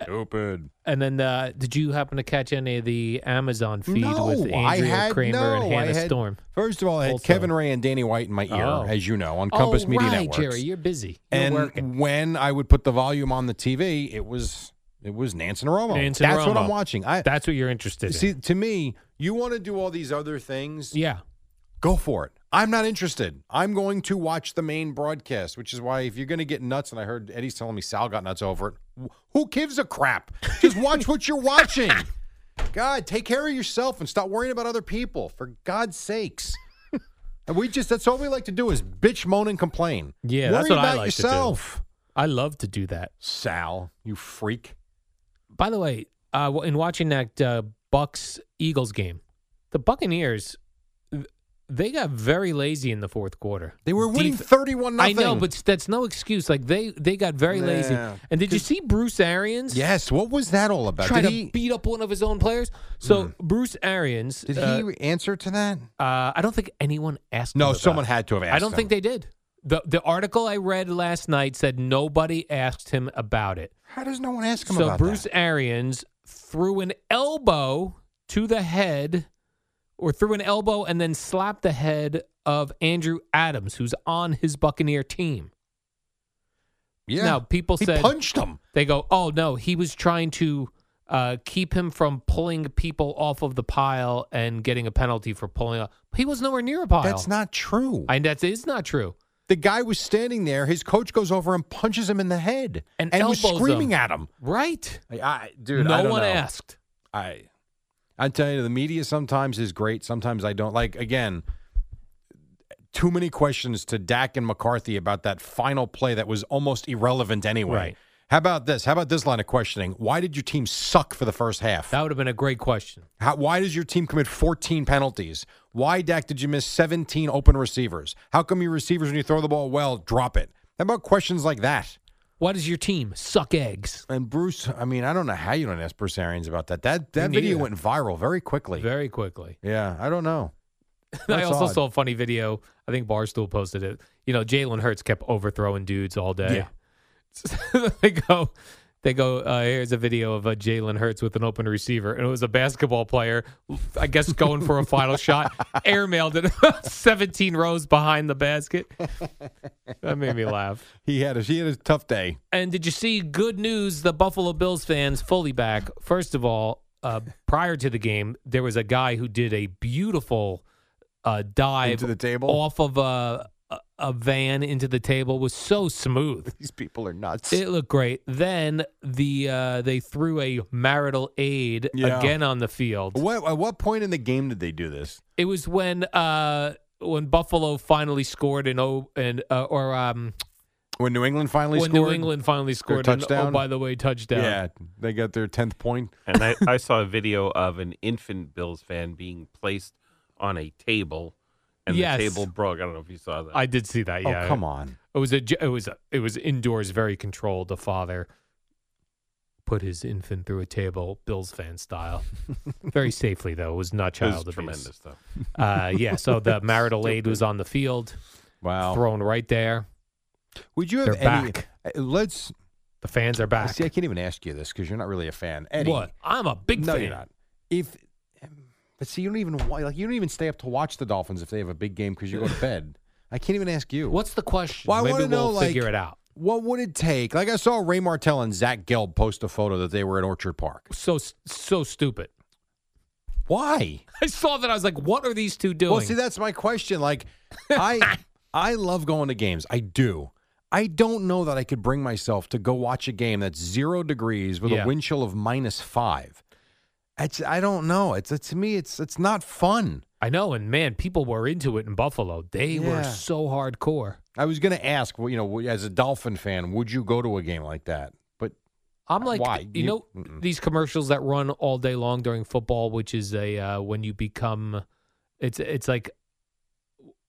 Speaker 1: Stupid.
Speaker 2: And then, uh, did you happen to catch any of the Amazon feed
Speaker 1: no,
Speaker 2: with Andrea
Speaker 1: I had,
Speaker 2: Kramer
Speaker 1: no,
Speaker 2: and
Speaker 1: I
Speaker 2: Hannah
Speaker 1: had-
Speaker 2: Storm?
Speaker 1: First of all, I had
Speaker 2: Also.
Speaker 1: Kevin Ray and Danny White in my ear,
Speaker 2: Oh.
Speaker 1: as you know, on Compass
Speaker 2: oh,
Speaker 1: Media
Speaker 2: right,
Speaker 1: Networks.
Speaker 2: Jerry, you're busy. You're
Speaker 1: and
Speaker 2: working.
Speaker 1: when I would put the volume on the TV, it was it was Nance and Romo.
Speaker 2: Nance and
Speaker 1: That's what
Speaker 2: Romo.
Speaker 1: I'm watching. I
Speaker 2: That's what you're interested
Speaker 1: see.
Speaker 2: in.
Speaker 1: To me, you want to do all these other things.
Speaker 2: Yeah,
Speaker 1: go for it. I'm not interested. I'm going to watch the main broadcast, which is why if you're going to get nuts, and I heard Eddie's telling me Sal got nuts over it. wh- Who gives a crap? Just watch what you're watching. God, take care of yourself and stop worrying about other people. For God's sakes. And we just—that's all we like to do is bitch, moan, and complain.
Speaker 2: Yeah,
Speaker 1: Worry
Speaker 2: that's what I
Speaker 1: about
Speaker 2: like to do.
Speaker 1: yourself.
Speaker 2: I love to do that.
Speaker 1: Sal, you freak.
Speaker 2: By the way, uh, w- in watching that uh, Bucks Eagles game, the Buccaneers th- they got very lazy in the fourth quarter.
Speaker 1: They were winning
Speaker 2: Def-
Speaker 1: 31
Speaker 2: I
Speaker 1: nothing.
Speaker 2: know, but that's no excuse. Like they they got very lazy.
Speaker 1: Nah,
Speaker 2: And did you see Bruce Arians?
Speaker 1: yes, what was that all about?
Speaker 2: Try
Speaker 1: Did
Speaker 2: to
Speaker 1: he Hmm.
Speaker 2: beat up one of his own players. So Bruce Arians.
Speaker 1: did
Speaker 2: uh,
Speaker 1: he answer to that?
Speaker 2: uh, I don't think anyone asked.
Speaker 1: No,
Speaker 2: him about
Speaker 1: someone
Speaker 2: it.
Speaker 1: had to have
Speaker 2: I
Speaker 1: asked
Speaker 2: don't think they did. the The article I read last night said nobody asked him about it.
Speaker 1: How does no one ask him
Speaker 2: so
Speaker 1: about
Speaker 2: Bruce
Speaker 1: that?
Speaker 2: Arians threw an elbow to the head, or threw an elbow and then slapped the head of Andrew Adams, who's on his Buccaneer team.
Speaker 1: Yeah.
Speaker 2: Now people
Speaker 1: he
Speaker 2: said
Speaker 1: punched him.
Speaker 2: they go, "Oh no, he was trying to uh, keep him from pulling people off of the pile and getting a penalty for pulling up." He was nowhere near a pile.
Speaker 1: That's not true.
Speaker 2: And that is not true.
Speaker 1: the guy was standing there. His coach goes over and punches him in the head
Speaker 2: And
Speaker 1: was
Speaker 2: elbows
Speaker 1: screaming
Speaker 2: him.
Speaker 1: at him.
Speaker 2: Right?
Speaker 1: I, I, dude,
Speaker 2: no
Speaker 1: I don't
Speaker 2: one
Speaker 1: know.
Speaker 2: asked.
Speaker 1: I, I tell you, the media sometimes is great. Sometimes I don't. Like again, too many questions to Dak and McCarthy about that final play that was almost irrelevant anyway.
Speaker 2: Right.
Speaker 1: How about this? How about this line of questioning? Why did your team suck for the first half?
Speaker 2: That would have been a great question.
Speaker 1: How, why does your team commit 14 penalties? Why, Dak, did you miss 17 open receivers? How come your receivers, when you throw the ball well, drop it? How about questions like that?
Speaker 2: Why does your team suck eggs?
Speaker 1: And Bruce, I mean, I don't know how you don't ask Bruce Arians about that. That that
Speaker 2: Me
Speaker 1: video
Speaker 2: neither.
Speaker 1: went viral very quickly.
Speaker 2: Very quickly.
Speaker 1: yeah, I don't know.
Speaker 2: I
Speaker 6: That's
Speaker 2: also
Speaker 6: odd.
Speaker 2: saw a funny video. I think Barstool posted it. You know, Jalen Hurts kept overthrowing dudes all day. they go, they go. Uh, here's a video of uh, Jalen Hurts with an open receiver, and it was a basketball player, I guess, going for a final shot. Airmailed it 17 rows behind the basket. That made me laugh.
Speaker 1: He had a he had a tough day.
Speaker 2: And did you see good news? The Buffalo Bills fans fully back. First of all, uh, prior to the game, there was a guy who did a beautiful uh, dive
Speaker 1: Into the table?
Speaker 2: off of a, a- a van into the table. Was so smooth.
Speaker 1: These people are nuts.
Speaker 2: It looked great. Then the uh, they threw a marital aid
Speaker 1: Yeah.
Speaker 2: again on the field.
Speaker 1: What at what point in the game did they do this?
Speaker 2: It was when uh, when Buffalo finally scored an O and uh, or um,
Speaker 1: When New England finally
Speaker 2: when
Speaker 1: scored
Speaker 2: New England finally
Speaker 1: their
Speaker 2: scored An,
Speaker 1: touchdown.
Speaker 2: oh, by the way, touchdown.
Speaker 1: Yeah, they got their tenth point.
Speaker 11: And I, I saw a video of an infant Bills fan being placed on a table, and
Speaker 2: Yes.
Speaker 11: the table broke. I don't know if you saw that.
Speaker 2: I did see that.
Speaker 1: Oh,
Speaker 2: Yeah.
Speaker 1: come on.
Speaker 2: It was a. j- It was. a- It was indoors, very controlled. The father put his infant through a table, Bills fan style, very safely though. It was not
Speaker 11: It was
Speaker 2: child abuse.
Speaker 11: tremendous, though.
Speaker 2: Uh, yeah. So the marital aid was on the field.
Speaker 1: Wow.
Speaker 2: Thrown right there.
Speaker 1: Would you have
Speaker 2: They're
Speaker 1: any?
Speaker 2: back.
Speaker 1: uh, Let's.
Speaker 2: The fans are back.
Speaker 1: See, I can't even ask you this because you're not really a fan. Eddie,
Speaker 2: What? I'm a big
Speaker 1: no,
Speaker 2: fan.
Speaker 1: you're not. If, but see, you don't even wa- like you don't even stay up to watch the Dolphins if they have a big game because you go to bed. I can't even ask you.
Speaker 2: What's the question?
Speaker 1: Well, I
Speaker 2: Maybe
Speaker 1: want to know,
Speaker 2: we'll
Speaker 1: like,
Speaker 2: figure it out.
Speaker 1: What would it take? Like I saw Ray Martell and Zach Gelb post a photo that they were at Orchard Park.
Speaker 2: So s- so stupid.
Speaker 1: Why?
Speaker 2: I saw that. I was like, what are these two doing?
Speaker 1: Well, see, that's my question. Like, I I love going to games. I do. I don't know that I could bring myself to go watch a game that's zero degrees with
Speaker 2: Yeah.
Speaker 1: a wind chill of minus five. It's, I don't know. It's it, to me, it's it's not fun.
Speaker 2: I know, and man, people were into it in Buffalo. They were
Speaker 1: Yeah.
Speaker 2: so hardcore.
Speaker 1: I was going to ask, well, you know, as a Dolphin fan, would you go to a game like that? But
Speaker 2: I'm like,
Speaker 1: Why?
Speaker 2: you,
Speaker 1: You-
Speaker 2: know,
Speaker 1: Mm-mm.
Speaker 2: these commercials that run all day long during football, which is a uh, when you become, it's it's like,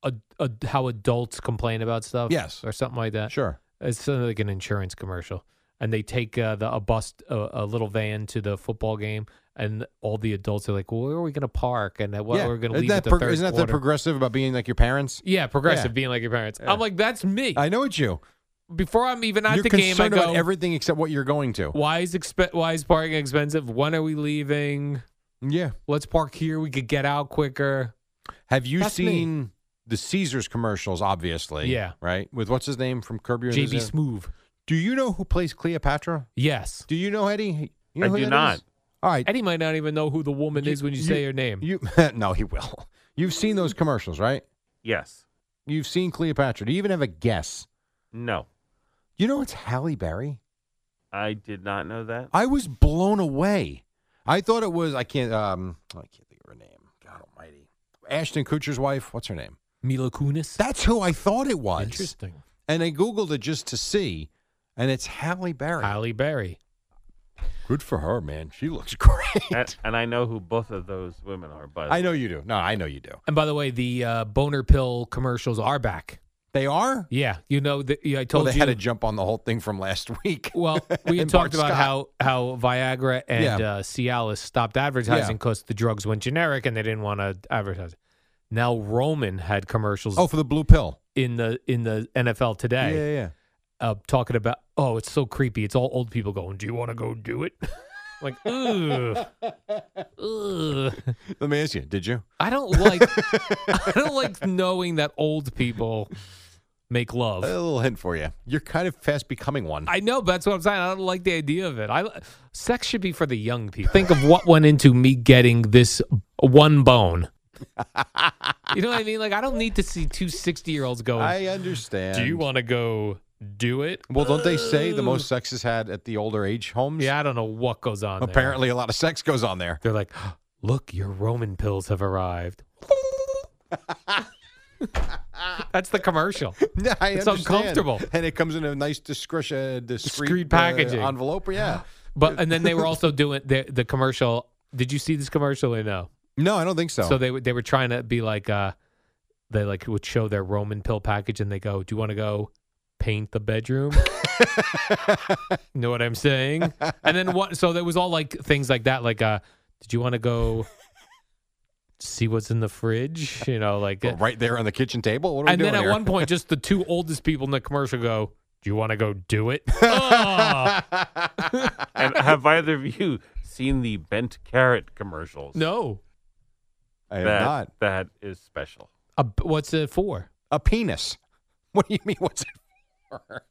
Speaker 2: a, a, how adults complain about stuff,
Speaker 1: Yes.
Speaker 2: or something like that.
Speaker 1: sure,
Speaker 2: It's something like an insurance commercial, and they take uh, the a bus, a, a little van to the football game, and all the adults are like, well, "Where are we going to park?" And uh, well,
Speaker 1: Yeah.
Speaker 2: we're going to
Speaker 1: Isn't
Speaker 2: leave
Speaker 1: that
Speaker 2: at the
Speaker 1: prog-
Speaker 2: third
Speaker 1: Isn't that the
Speaker 2: quarter."
Speaker 1: progressive about being like your parents?
Speaker 2: yeah, progressive,
Speaker 1: Yeah.
Speaker 2: being like your parents.
Speaker 1: Yeah.
Speaker 2: I'm like, that's me.
Speaker 1: I know it's you.
Speaker 2: Before I'm even at
Speaker 1: you're
Speaker 2: the game,
Speaker 1: concerned
Speaker 2: I go,
Speaker 1: about everything except what you're going to.
Speaker 2: why is expe- why is parking expensive? When are we leaving?
Speaker 1: Yeah.
Speaker 2: Let's park here. We could get out quicker.
Speaker 1: Have you
Speaker 2: That's me.
Speaker 1: seen the Caesars commercials? Obviously,
Speaker 2: Yeah.
Speaker 1: right. With what's his name from Curb Your
Speaker 2: JB
Speaker 1: Enthusiasm?
Speaker 2: Smoove.
Speaker 1: Do you know who plays Cleopatra?
Speaker 2: Yes.
Speaker 1: Do you know Eddie? You know
Speaker 11: I
Speaker 1: who
Speaker 11: do
Speaker 1: that is?
Speaker 11: not.
Speaker 1: All right,
Speaker 2: Eddie might not even know who the woman
Speaker 1: You-
Speaker 2: is when you, say her name.
Speaker 1: You no, he will. You've seen those commercials, right?
Speaker 11: Yes.
Speaker 1: You've seen Cleopatra. Do you even have a guess?
Speaker 11: No.
Speaker 1: You know it's Halle Berry.
Speaker 11: I did not know that.
Speaker 1: I was blown away. I thought it was I can't um I can't think of her name. God Almighty. Ashton Kutcher's wife. What's her name?
Speaker 2: Mila Kunis.
Speaker 1: That's who I thought it was.
Speaker 2: Interesting.
Speaker 1: And I googled it just to see, and it's Halle Berry.
Speaker 2: Halle Berry.
Speaker 1: Good for her, man. She looks great.
Speaker 11: and, and I know who both of those women are, but
Speaker 1: I know you do. No, I know you do.
Speaker 2: And by the way, the uh, boner pill commercials are back.
Speaker 1: They are.
Speaker 2: Yeah, you know that. Yeah, I
Speaker 1: Well,
Speaker 2: told
Speaker 1: they
Speaker 2: you.
Speaker 1: had to jump on the whole thing from last week.
Speaker 2: well, we had
Speaker 1: And Bart
Speaker 2: talked about
Speaker 1: Scott.
Speaker 2: how how Viagra and
Speaker 1: Yeah.
Speaker 2: uh, Cialis stopped advertising because the drugs went generic and they didn't want to advertise. it. Now Roman had commercials
Speaker 1: Oh, for the blue pill.
Speaker 2: in the in the NFL today.
Speaker 1: yeah.
Speaker 2: uh, talking about, oh, it's so creepy. It's all old people going, do you want to go do it? like, ugh, ugh.
Speaker 1: Let me ask you. Did you?
Speaker 2: I don't like, I don't like knowing that old people make
Speaker 1: A
Speaker 2: love.
Speaker 1: little hint for you. You're kind of fast becoming one.
Speaker 2: I know, but that's what I'm saying. I don't like the idea of it. I sex should be for the young people. Think of what went into me getting this one bone. you know what I mean? Like, I don't need to see two 60 year olds going.
Speaker 1: I understand.
Speaker 2: do you want to go do it?
Speaker 1: Well, don't they say the most sex is had at the older age homes?
Speaker 2: Yeah, I don't know what goes on. there.
Speaker 1: Apparently, a lot of sex goes on there.
Speaker 2: They're like, look, your Roman pills have arrived. That's the commercial.
Speaker 1: Yeah, I
Speaker 2: It's
Speaker 1: understand.
Speaker 2: uncomfortable.
Speaker 1: and it comes in a nice discreet, uh, discreet,
Speaker 2: Discreet
Speaker 1: uh,
Speaker 2: packaging.
Speaker 1: envelope. Yeah.
Speaker 2: But and then they were also doing the, the commercial. Did you see this commercial or no?
Speaker 1: No, I don't think so.
Speaker 2: So they were- they were trying to be like, uh, they like would show their Roman pill package and they go, "Do you want to go paint the bedroom?" you know what I'm saying? And then what? So there was all like things like that, like, uh, "Did you want to go see what's in the fridge. You know, like uh,
Speaker 1: Well, right there on the kitchen table. What are we
Speaker 2: and
Speaker 1: doing
Speaker 2: then at
Speaker 1: here?
Speaker 2: one point, just the two oldest people in the commercial go, "Do you want to go do it?" Ugh.
Speaker 11: and have either of you seen the bent carrot commercials?
Speaker 2: no,
Speaker 1: I have
Speaker 11: that,
Speaker 1: not.
Speaker 11: That is special.
Speaker 2: a, what's it for?
Speaker 1: A penis. What do you mean? What's it for?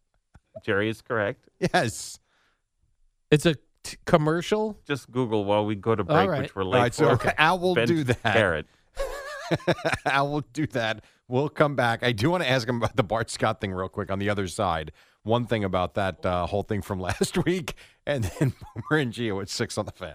Speaker 11: Jerry is correct.
Speaker 1: Yes.
Speaker 2: It's a t- commercial.
Speaker 11: Just Google while we go to
Speaker 2: All
Speaker 11: break,
Speaker 2: right.
Speaker 11: which we're
Speaker 1: All
Speaker 11: late
Speaker 1: right, so
Speaker 11: for.
Speaker 1: I will
Speaker 11: Bent
Speaker 1: do that.
Speaker 11: Carrot.
Speaker 1: I will do that. We'll come back. I do want to ask him about the Bart Scott thing real quick on the other side. One thing about that uh, whole thing from last week, and then Boomer and Geo at six on the fan.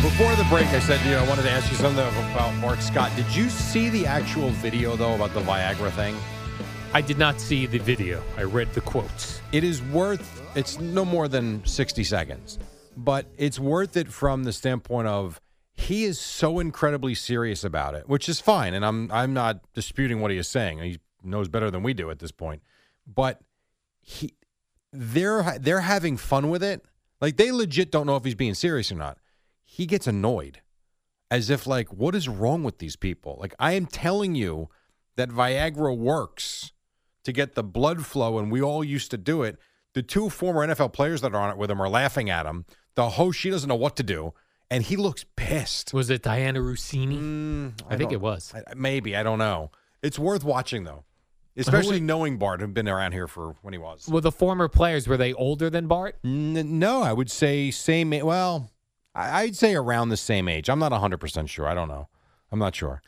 Speaker 1: Before the break, I said, you know, I wanted to ask you something about Bart Scott. Did you see the actual video, though, about the Viagra thing?
Speaker 2: I did not see the video. I read the quotes.
Speaker 1: It is worth, it's no more than 60 seconds, but it's worth it from the standpoint of he is so incredibly serious about it, which is fine. And I'm, I'm not disputing what he is saying. He knows better than we do at this point. But he, they're, they're having fun with it. Like they legit don't know if he's being serious or not. He gets annoyed as if like what is wrong with these people like i am telling you that viagra works to get the blood flow and we all used to do it the two former nfl players that are on it with him are laughing at him the host she doesn't know what to do and he looks pissed
Speaker 2: was it diana rossini I think
Speaker 1: don't-
Speaker 2: it was.
Speaker 1: Mm, I- maybe i don't know it's worth watching though especially knowing bart who've been around here for when he was
Speaker 2: Well, the former players were they older than Bart?
Speaker 1: N- no i would say same a- well I- i'd say around the same age i'm not 100% sure i don't know i'm not sure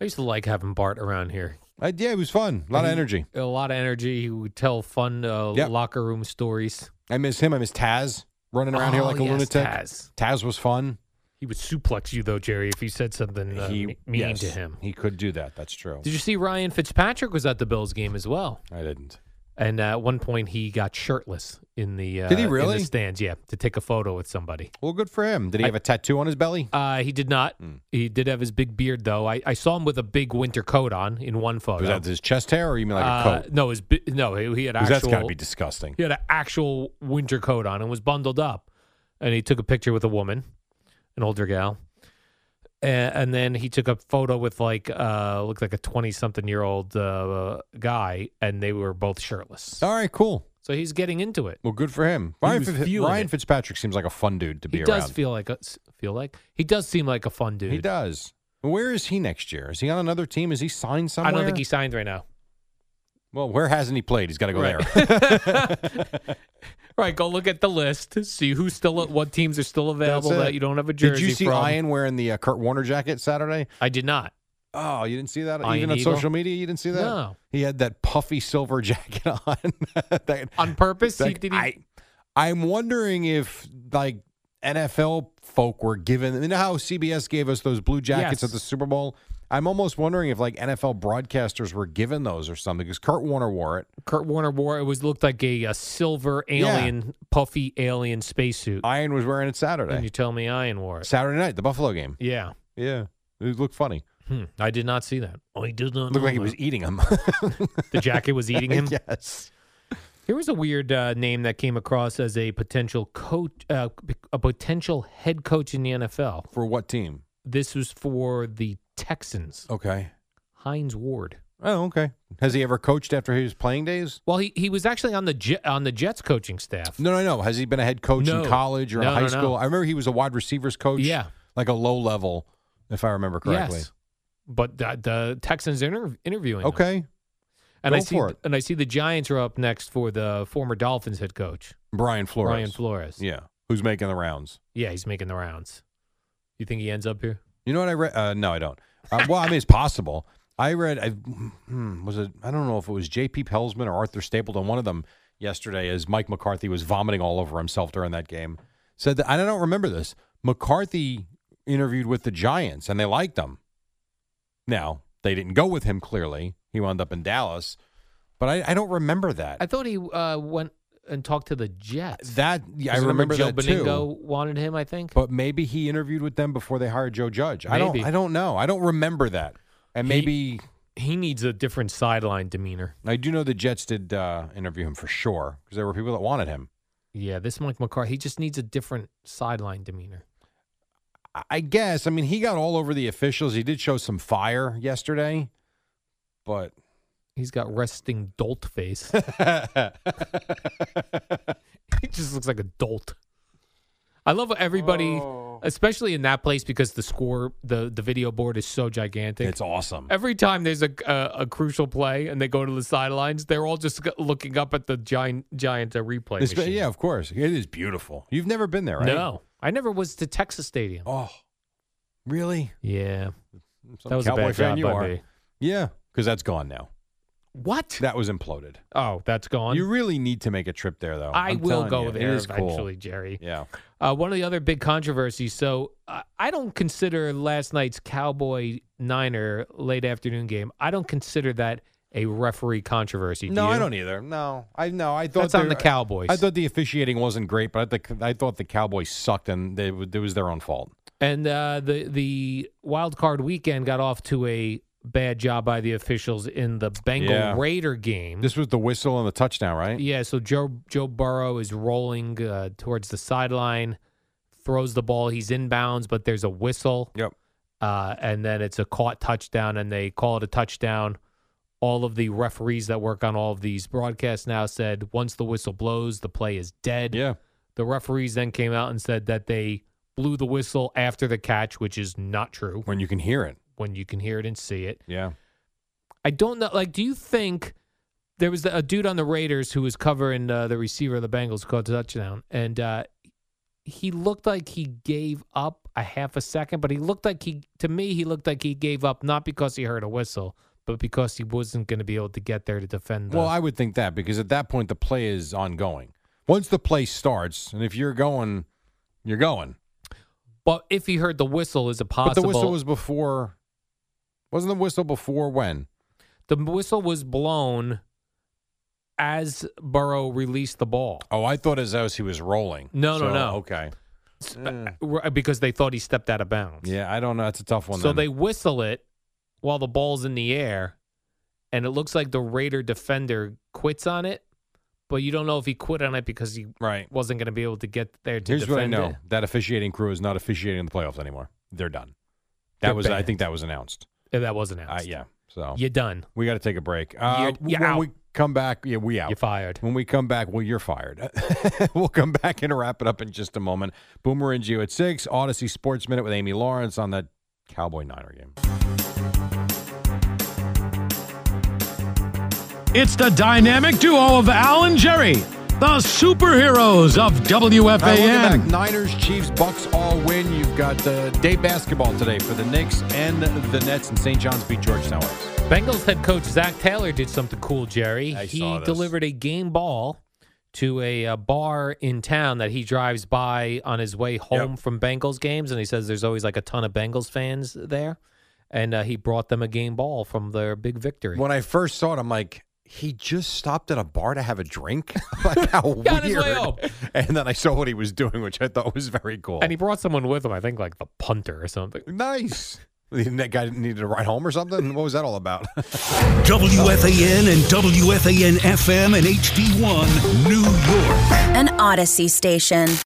Speaker 2: I used to like having Bart around here.
Speaker 1: I, yeah, it was fun. A lot
Speaker 2: Mm-hmm.
Speaker 1: of energy.
Speaker 2: A lot of energy. He would tell fun uh,
Speaker 1: Yep.
Speaker 2: locker room stories.
Speaker 1: I miss him. I miss Taz running around here
Speaker 2: Oh,
Speaker 1: like a
Speaker 2: yes,
Speaker 1: lunatic.
Speaker 2: Taz.
Speaker 1: Taz was fun.
Speaker 2: He would suplex you though, Jerry, if you said something uh, m- mean
Speaker 1: yes,
Speaker 2: to him.
Speaker 1: He could do that. That's true.
Speaker 2: Did you see Ryan Fitzpatrick was at the Bills game as well?
Speaker 1: I didn't.
Speaker 2: And uh, at one point, he got shirtless in the uh,
Speaker 1: Did he
Speaker 2: in the
Speaker 1: really?
Speaker 2: stands? Yeah, to take a photo with somebody.
Speaker 1: Well, good for him. Did he have a tattoo on his belly?
Speaker 2: Uh, he did not.
Speaker 1: Hmm.
Speaker 2: He did have his big beard though. I, I saw him with a big winter coat on in one photo.
Speaker 1: Was that his chest hair, or you mean like a
Speaker 2: Oh, Uh,
Speaker 1: coat?
Speaker 2: No, his bi- no. He, he had
Speaker 1: 'Cause
Speaker 2: actual.
Speaker 1: that's got to be disgusting.
Speaker 2: He had an actual winter coat on and was bundled up. And he took a picture with a woman, an older gal. A- And then he took a photo with like uh looked like a 20 something year old uh, guy and they were both shirtless.
Speaker 1: All right, cool.
Speaker 2: So he's getting into it.
Speaker 1: Well, good for him. Ryan,
Speaker 2: was
Speaker 1: Fitz-
Speaker 2: feeling
Speaker 1: Ryan
Speaker 2: it.
Speaker 1: Fitzpatrick seems like a fun dude to be
Speaker 2: He
Speaker 1: around.
Speaker 2: does feel like a, feel like he does seem like a fun dude.
Speaker 1: He does. Where is he next year? Is he on another team? Is he signed somewhere?
Speaker 2: I don't think he signed right now.
Speaker 1: Well, where hasn't he played? He's got to go
Speaker 2: Right.
Speaker 1: there.
Speaker 2: Right, go look at the list, see who's still what teams are still available
Speaker 1: That's it.
Speaker 2: that you don't have a jersey
Speaker 1: Did you see
Speaker 2: from.
Speaker 1: Ian wearing the uh, Kurt Warner jacket Saturday?
Speaker 2: I did not.
Speaker 1: Oh, you didn't see that
Speaker 2: Iron
Speaker 1: even on
Speaker 2: Eagle?
Speaker 1: social media. You didn't see that.
Speaker 2: No.
Speaker 1: he had that puffy silver jacket on. That-
Speaker 2: On purpose? He,
Speaker 1: that-
Speaker 2: did he,
Speaker 1: I, I'm wondering if like NFL folk were given. You know how CBS gave us those blue jackets
Speaker 2: Yes.
Speaker 1: at the Super Bowl. I'm almost wondering if like NFL broadcasters were given those or something because Kurt Warner wore it.
Speaker 2: Kurt Warner wore it was looked like a, uh silver
Speaker 1: Yeah.
Speaker 2: alien, puffy alien spacesuit.
Speaker 1: Iron was wearing
Speaker 2: And
Speaker 1: it
Speaker 2: you
Speaker 1: Saturday.
Speaker 2: tell me Ian wore it.
Speaker 1: Saturday night, the Buffalo game.
Speaker 2: Yeah.
Speaker 1: Yeah, it looked funny.
Speaker 2: Hmm. I did not see that. I did not.
Speaker 1: Looked
Speaker 2: know
Speaker 1: like he
Speaker 2: that.
Speaker 1: was eating them.
Speaker 2: the jacket was eating him.
Speaker 1: yes.
Speaker 2: Here was a weird uh, name that came across as a potential coach, uh, a potential head coach in the NFL.
Speaker 1: For what team?
Speaker 2: This was for the Texans,
Speaker 1: Okay.
Speaker 2: Heinz Ward.
Speaker 1: Oh, okay. Has he ever coached after his playing days?
Speaker 2: Well, he, he was actually on the Je- on the Jets coaching staff.
Speaker 1: No, no, no. Has he been a head coach
Speaker 2: No.
Speaker 1: in college or
Speaker 2: No,
Speaker 1: in high
Speaker 2: no, no.
Speaker 1: school? I remember he was a wide receivers coach.
Speaker 2: Yeah.
Speaker 1: Like a low level, if I remember correctly.
Speaker 2: Yes, but the, the Texans are inter- interviewing. him.
Speaker 1: Okay.
Speaker 2: And
Speaker 1: Go
Speaker 2: I see,
Speaker 1: for it.
Speaker 2: and I see the Giants are up next for the former Dolphins head coach
Speaker 1: Brian Flores.
Speaker 2: Brian Flores.
Speaker 1: Yeah. Who's making the rounds?
Speaker 2: Yeah, he's making the rounds. You think he ends up here?
Speaker 1: You know what I read? Uh, no, I don't. Uh, well, I mean, it's possible. I read, I, hmm, was it, I don't know if it was J.P. Pelsman or Arthur Stapleton, one of them yesterday is Mike McCarthy was vomiting all over himself during that game. Said that, and I don't remember this. McCarthy interviewed with the Giants and they liked him. Now, they didn't go with him clearly. He wound up in Dallas, but I, I don't remember that.
Speaker 2: I thought he uh, went and talked to the Jets.
Speaker 1: That yeah, I
Speaker 2: 'Cause
Speaker 1: remember,
Speaker 2: Joe
Speaker 1: that too.
Speaker 2: Beningo wanted him, I think.
Speaker 1: But maybe he interviewed with them before they hired Joe Judge. I don't
Speaker 2: Maybe.
Speaker 1: I don't know. I don't remember that. And maybe
Speaker 2: he needs a different sideline demeanor.
Speaker 1: I do know the Jets did uh, interview him for sure because there were people that wanted him.
Speaker 2: Yeah, this Mike McCarthy, he just needs a different sideline demeanor.
Speaker 1: I- I guess. I mean, he got all over the officials. He did show some fire yesterday, but
Speaker 2: he's got resting dolt face. he just looks like a dolt. I love everybody,
Speaker 1: Oh.
Speaker 2: especially in that place, because the score, the the video board is so gigantic.
Speaker 1: it's awesome.
Speaker 2: Every time there's a, a a crucial play and they go to the sidelines, they're all just g- looking up at the giant giant uh, replay
Speaker 1: It's-
Speaker 2: machine.
Speaker 1: yeah, of course. It is beautiful. You've never been there, right?
Speaker 2: No, I never was to Texas Stadium.
Speaker 1: Oh, really?
Speaker 2: Yeah,
Speaker 1: Some
Speaker 2: that was
Speaker 1: cowboy
Speaker 2: a bad
Speaker 1: fan
Speaker 2: job
Speaker 1: you
Speaker 2: by
Speaker 1: are.
Speaker 2: me.
Speaker 1: Yeah, because that's gone now.
Speaker 2: What?
Speaker 1: That was imploded.
Speaker 2: Oh, that's gone.
Speaker 1: You really need to make a trip there, though.
Speaker 2: I
Speaker 1: I'm
Speaker 2: will
Speaker 1: telling
Speaker 2: go
Speaker 1: you,
Speaker 2: there
Speaker 1: it is cool.
Speaker 2: eventually, Jerry.
Speaker 1: Yeah.
Speaker 2: Uh, one of the other big controversies. So uh, I don't consider last night's Cowboy Niner late afternoon game. I don't consider that a referee controversy. do
Speaker 1: No, I
Speaker 2: you?
Speaker 1: don't either. No, I no, I thought
Speaker 2: That's on
Speaker 1: there-
Speaker 2: the Cowboys.
Speaker 1: I thought the officiating wasn't great, but I, th- I thought the Cowboys sucked, and they, it was their own fault.
Speaker 2: And uh, the the wild card weekend got off to a bad job by the officials in the Bengal
Speaker 1: Yeah.
Speaker 2: Raider game.
Speaker 1: This was the whistle and the touchdown, right?
Speaker 2: Hmm. Yeah, so Joe Joe Burrow is rolling uh, towards the sideline, throws the ball. He's inbounds, but there's a whistle.
Speaker 1: Yep.
Speaker 2: Uh, and then it's a caught touchdown, and they call it a touchdown. All of the referees that work on all of these broadcasts now said once the whistle blows, the play is dead.
Speaker 1: Yeah.
Speaker 2: The referees then came out and said that they blew the whistle after the catch, which is not true
Speaker 1: When you can hear it,
Speaker 2: when you can hear it and see it.
Speaker 1: yeah.
Speaker 2: I don't know. Like, do you think there was a dude on the Raiders who was covering uh, the receiver of the Bengals called touchdown, and uh, he looked like he gave up a half a second, but he looked like he, to me, he looked like he gave up not because he heard a whistle, but because he wasn't going to be able to get there to defend. The,
Speaker 1: Well, I would think that because at that point the play is ongoing. Once the play starts, and if you're going, you're going.
Speaker 2: but if he heard the whistle, is it
Speaker 1: But
Speaker 2: possible?
Speaker 1: the whistle was before. Wasn't the whistle before when?
Speaker 2: the whistle was blown as Burrow released the ball.
Speaker 1: Oh, I thought as as he was rolling.
Speaker 2: No, no,
Speaker 1: So,
Speaker 2: no.
Speaker 1: Okay.
Speaker 2: Uh, Because they thought he stepped out of bounds.
Speaker 1: Yeah, I don't know. That's a tough one.
Speaker 2: So
Speaker 1: then.
Speaker 2: they whistle it while the ball's in the air, and it looks like the Raider defender quits on it, but you don't know if he quit on it because he
Speaker 1: right.
Speaker 2: wasn't going to be able to get there to
Speaker 1: Here's what I
Speaker 2: defend
Speaker 1: know:
Speaker 2: it.
Speaker 1: that officiating crew is not officiating the playoffs anymore. They're done. That
Speaker 2: They're
Speaker 1: was, I
Speaker 2: banned.
Speaker 1: think, that was announced.
Speaker 2: If that wasn't
Speaker 1: Uh,
Speaker 2: announced.
Speaker 1: yeah. So
Speaker 2: You're done.
Speaker 1: we got to take a break. Uh,
Speaker 2: You're- you're
Speaker 1: when
Speaker 2: out.
Speaker 1: we come back, yeah, we out.
Speaker 2: You're fired.
Speaker 1: When we come back, well, you're fired. we'll come back and wrap it up in just a moment. Boomer and Gio at six. Odyssey Sports Minute with Amy Lawrence on that Cowboy Niner game.
Speaker 5: It's the dynamic duo of Al and Jerry, the superheroes of
Speaker 1: All right, welcome back.
Speaker 5: WFAN.
Speaker 1: Niners, Chiefs, Bucks all win. You've got the day basketball today for the Knicks and the Nets and St. John's beat Georgetown.
Speaker 2: Bengals head coach Zach Taylor did something cool, Jerry.
Speaker 1: I
Speaker 2: he
Speaker 1: saw this.
Speaker 2: delivered a game ball to a, uh bar in town that he drives by on his way home from Bengals games, and he says there's always like a ton of Bengals fans there, and uh, he brought them a game ball from their big victory.
Speaker 1: When I first saw it, I'm like, he just stopped at a bar to have a drink. like how
Speaker 2: Yeah, on his way
Speaker 1: weird!
Speaker 2: home.
Speaker 1: And then I saw what he was doing, which I thought was very cool.
Speaker 2: And he brought someone with him, I think like the punter or something.
Speaker 1: nice. That guy didn't need to ride home or something. What was that all about?
Speaker 4: WFAN and WFAN FM and HD1 New York.
Speaker 12: An Odyssey station.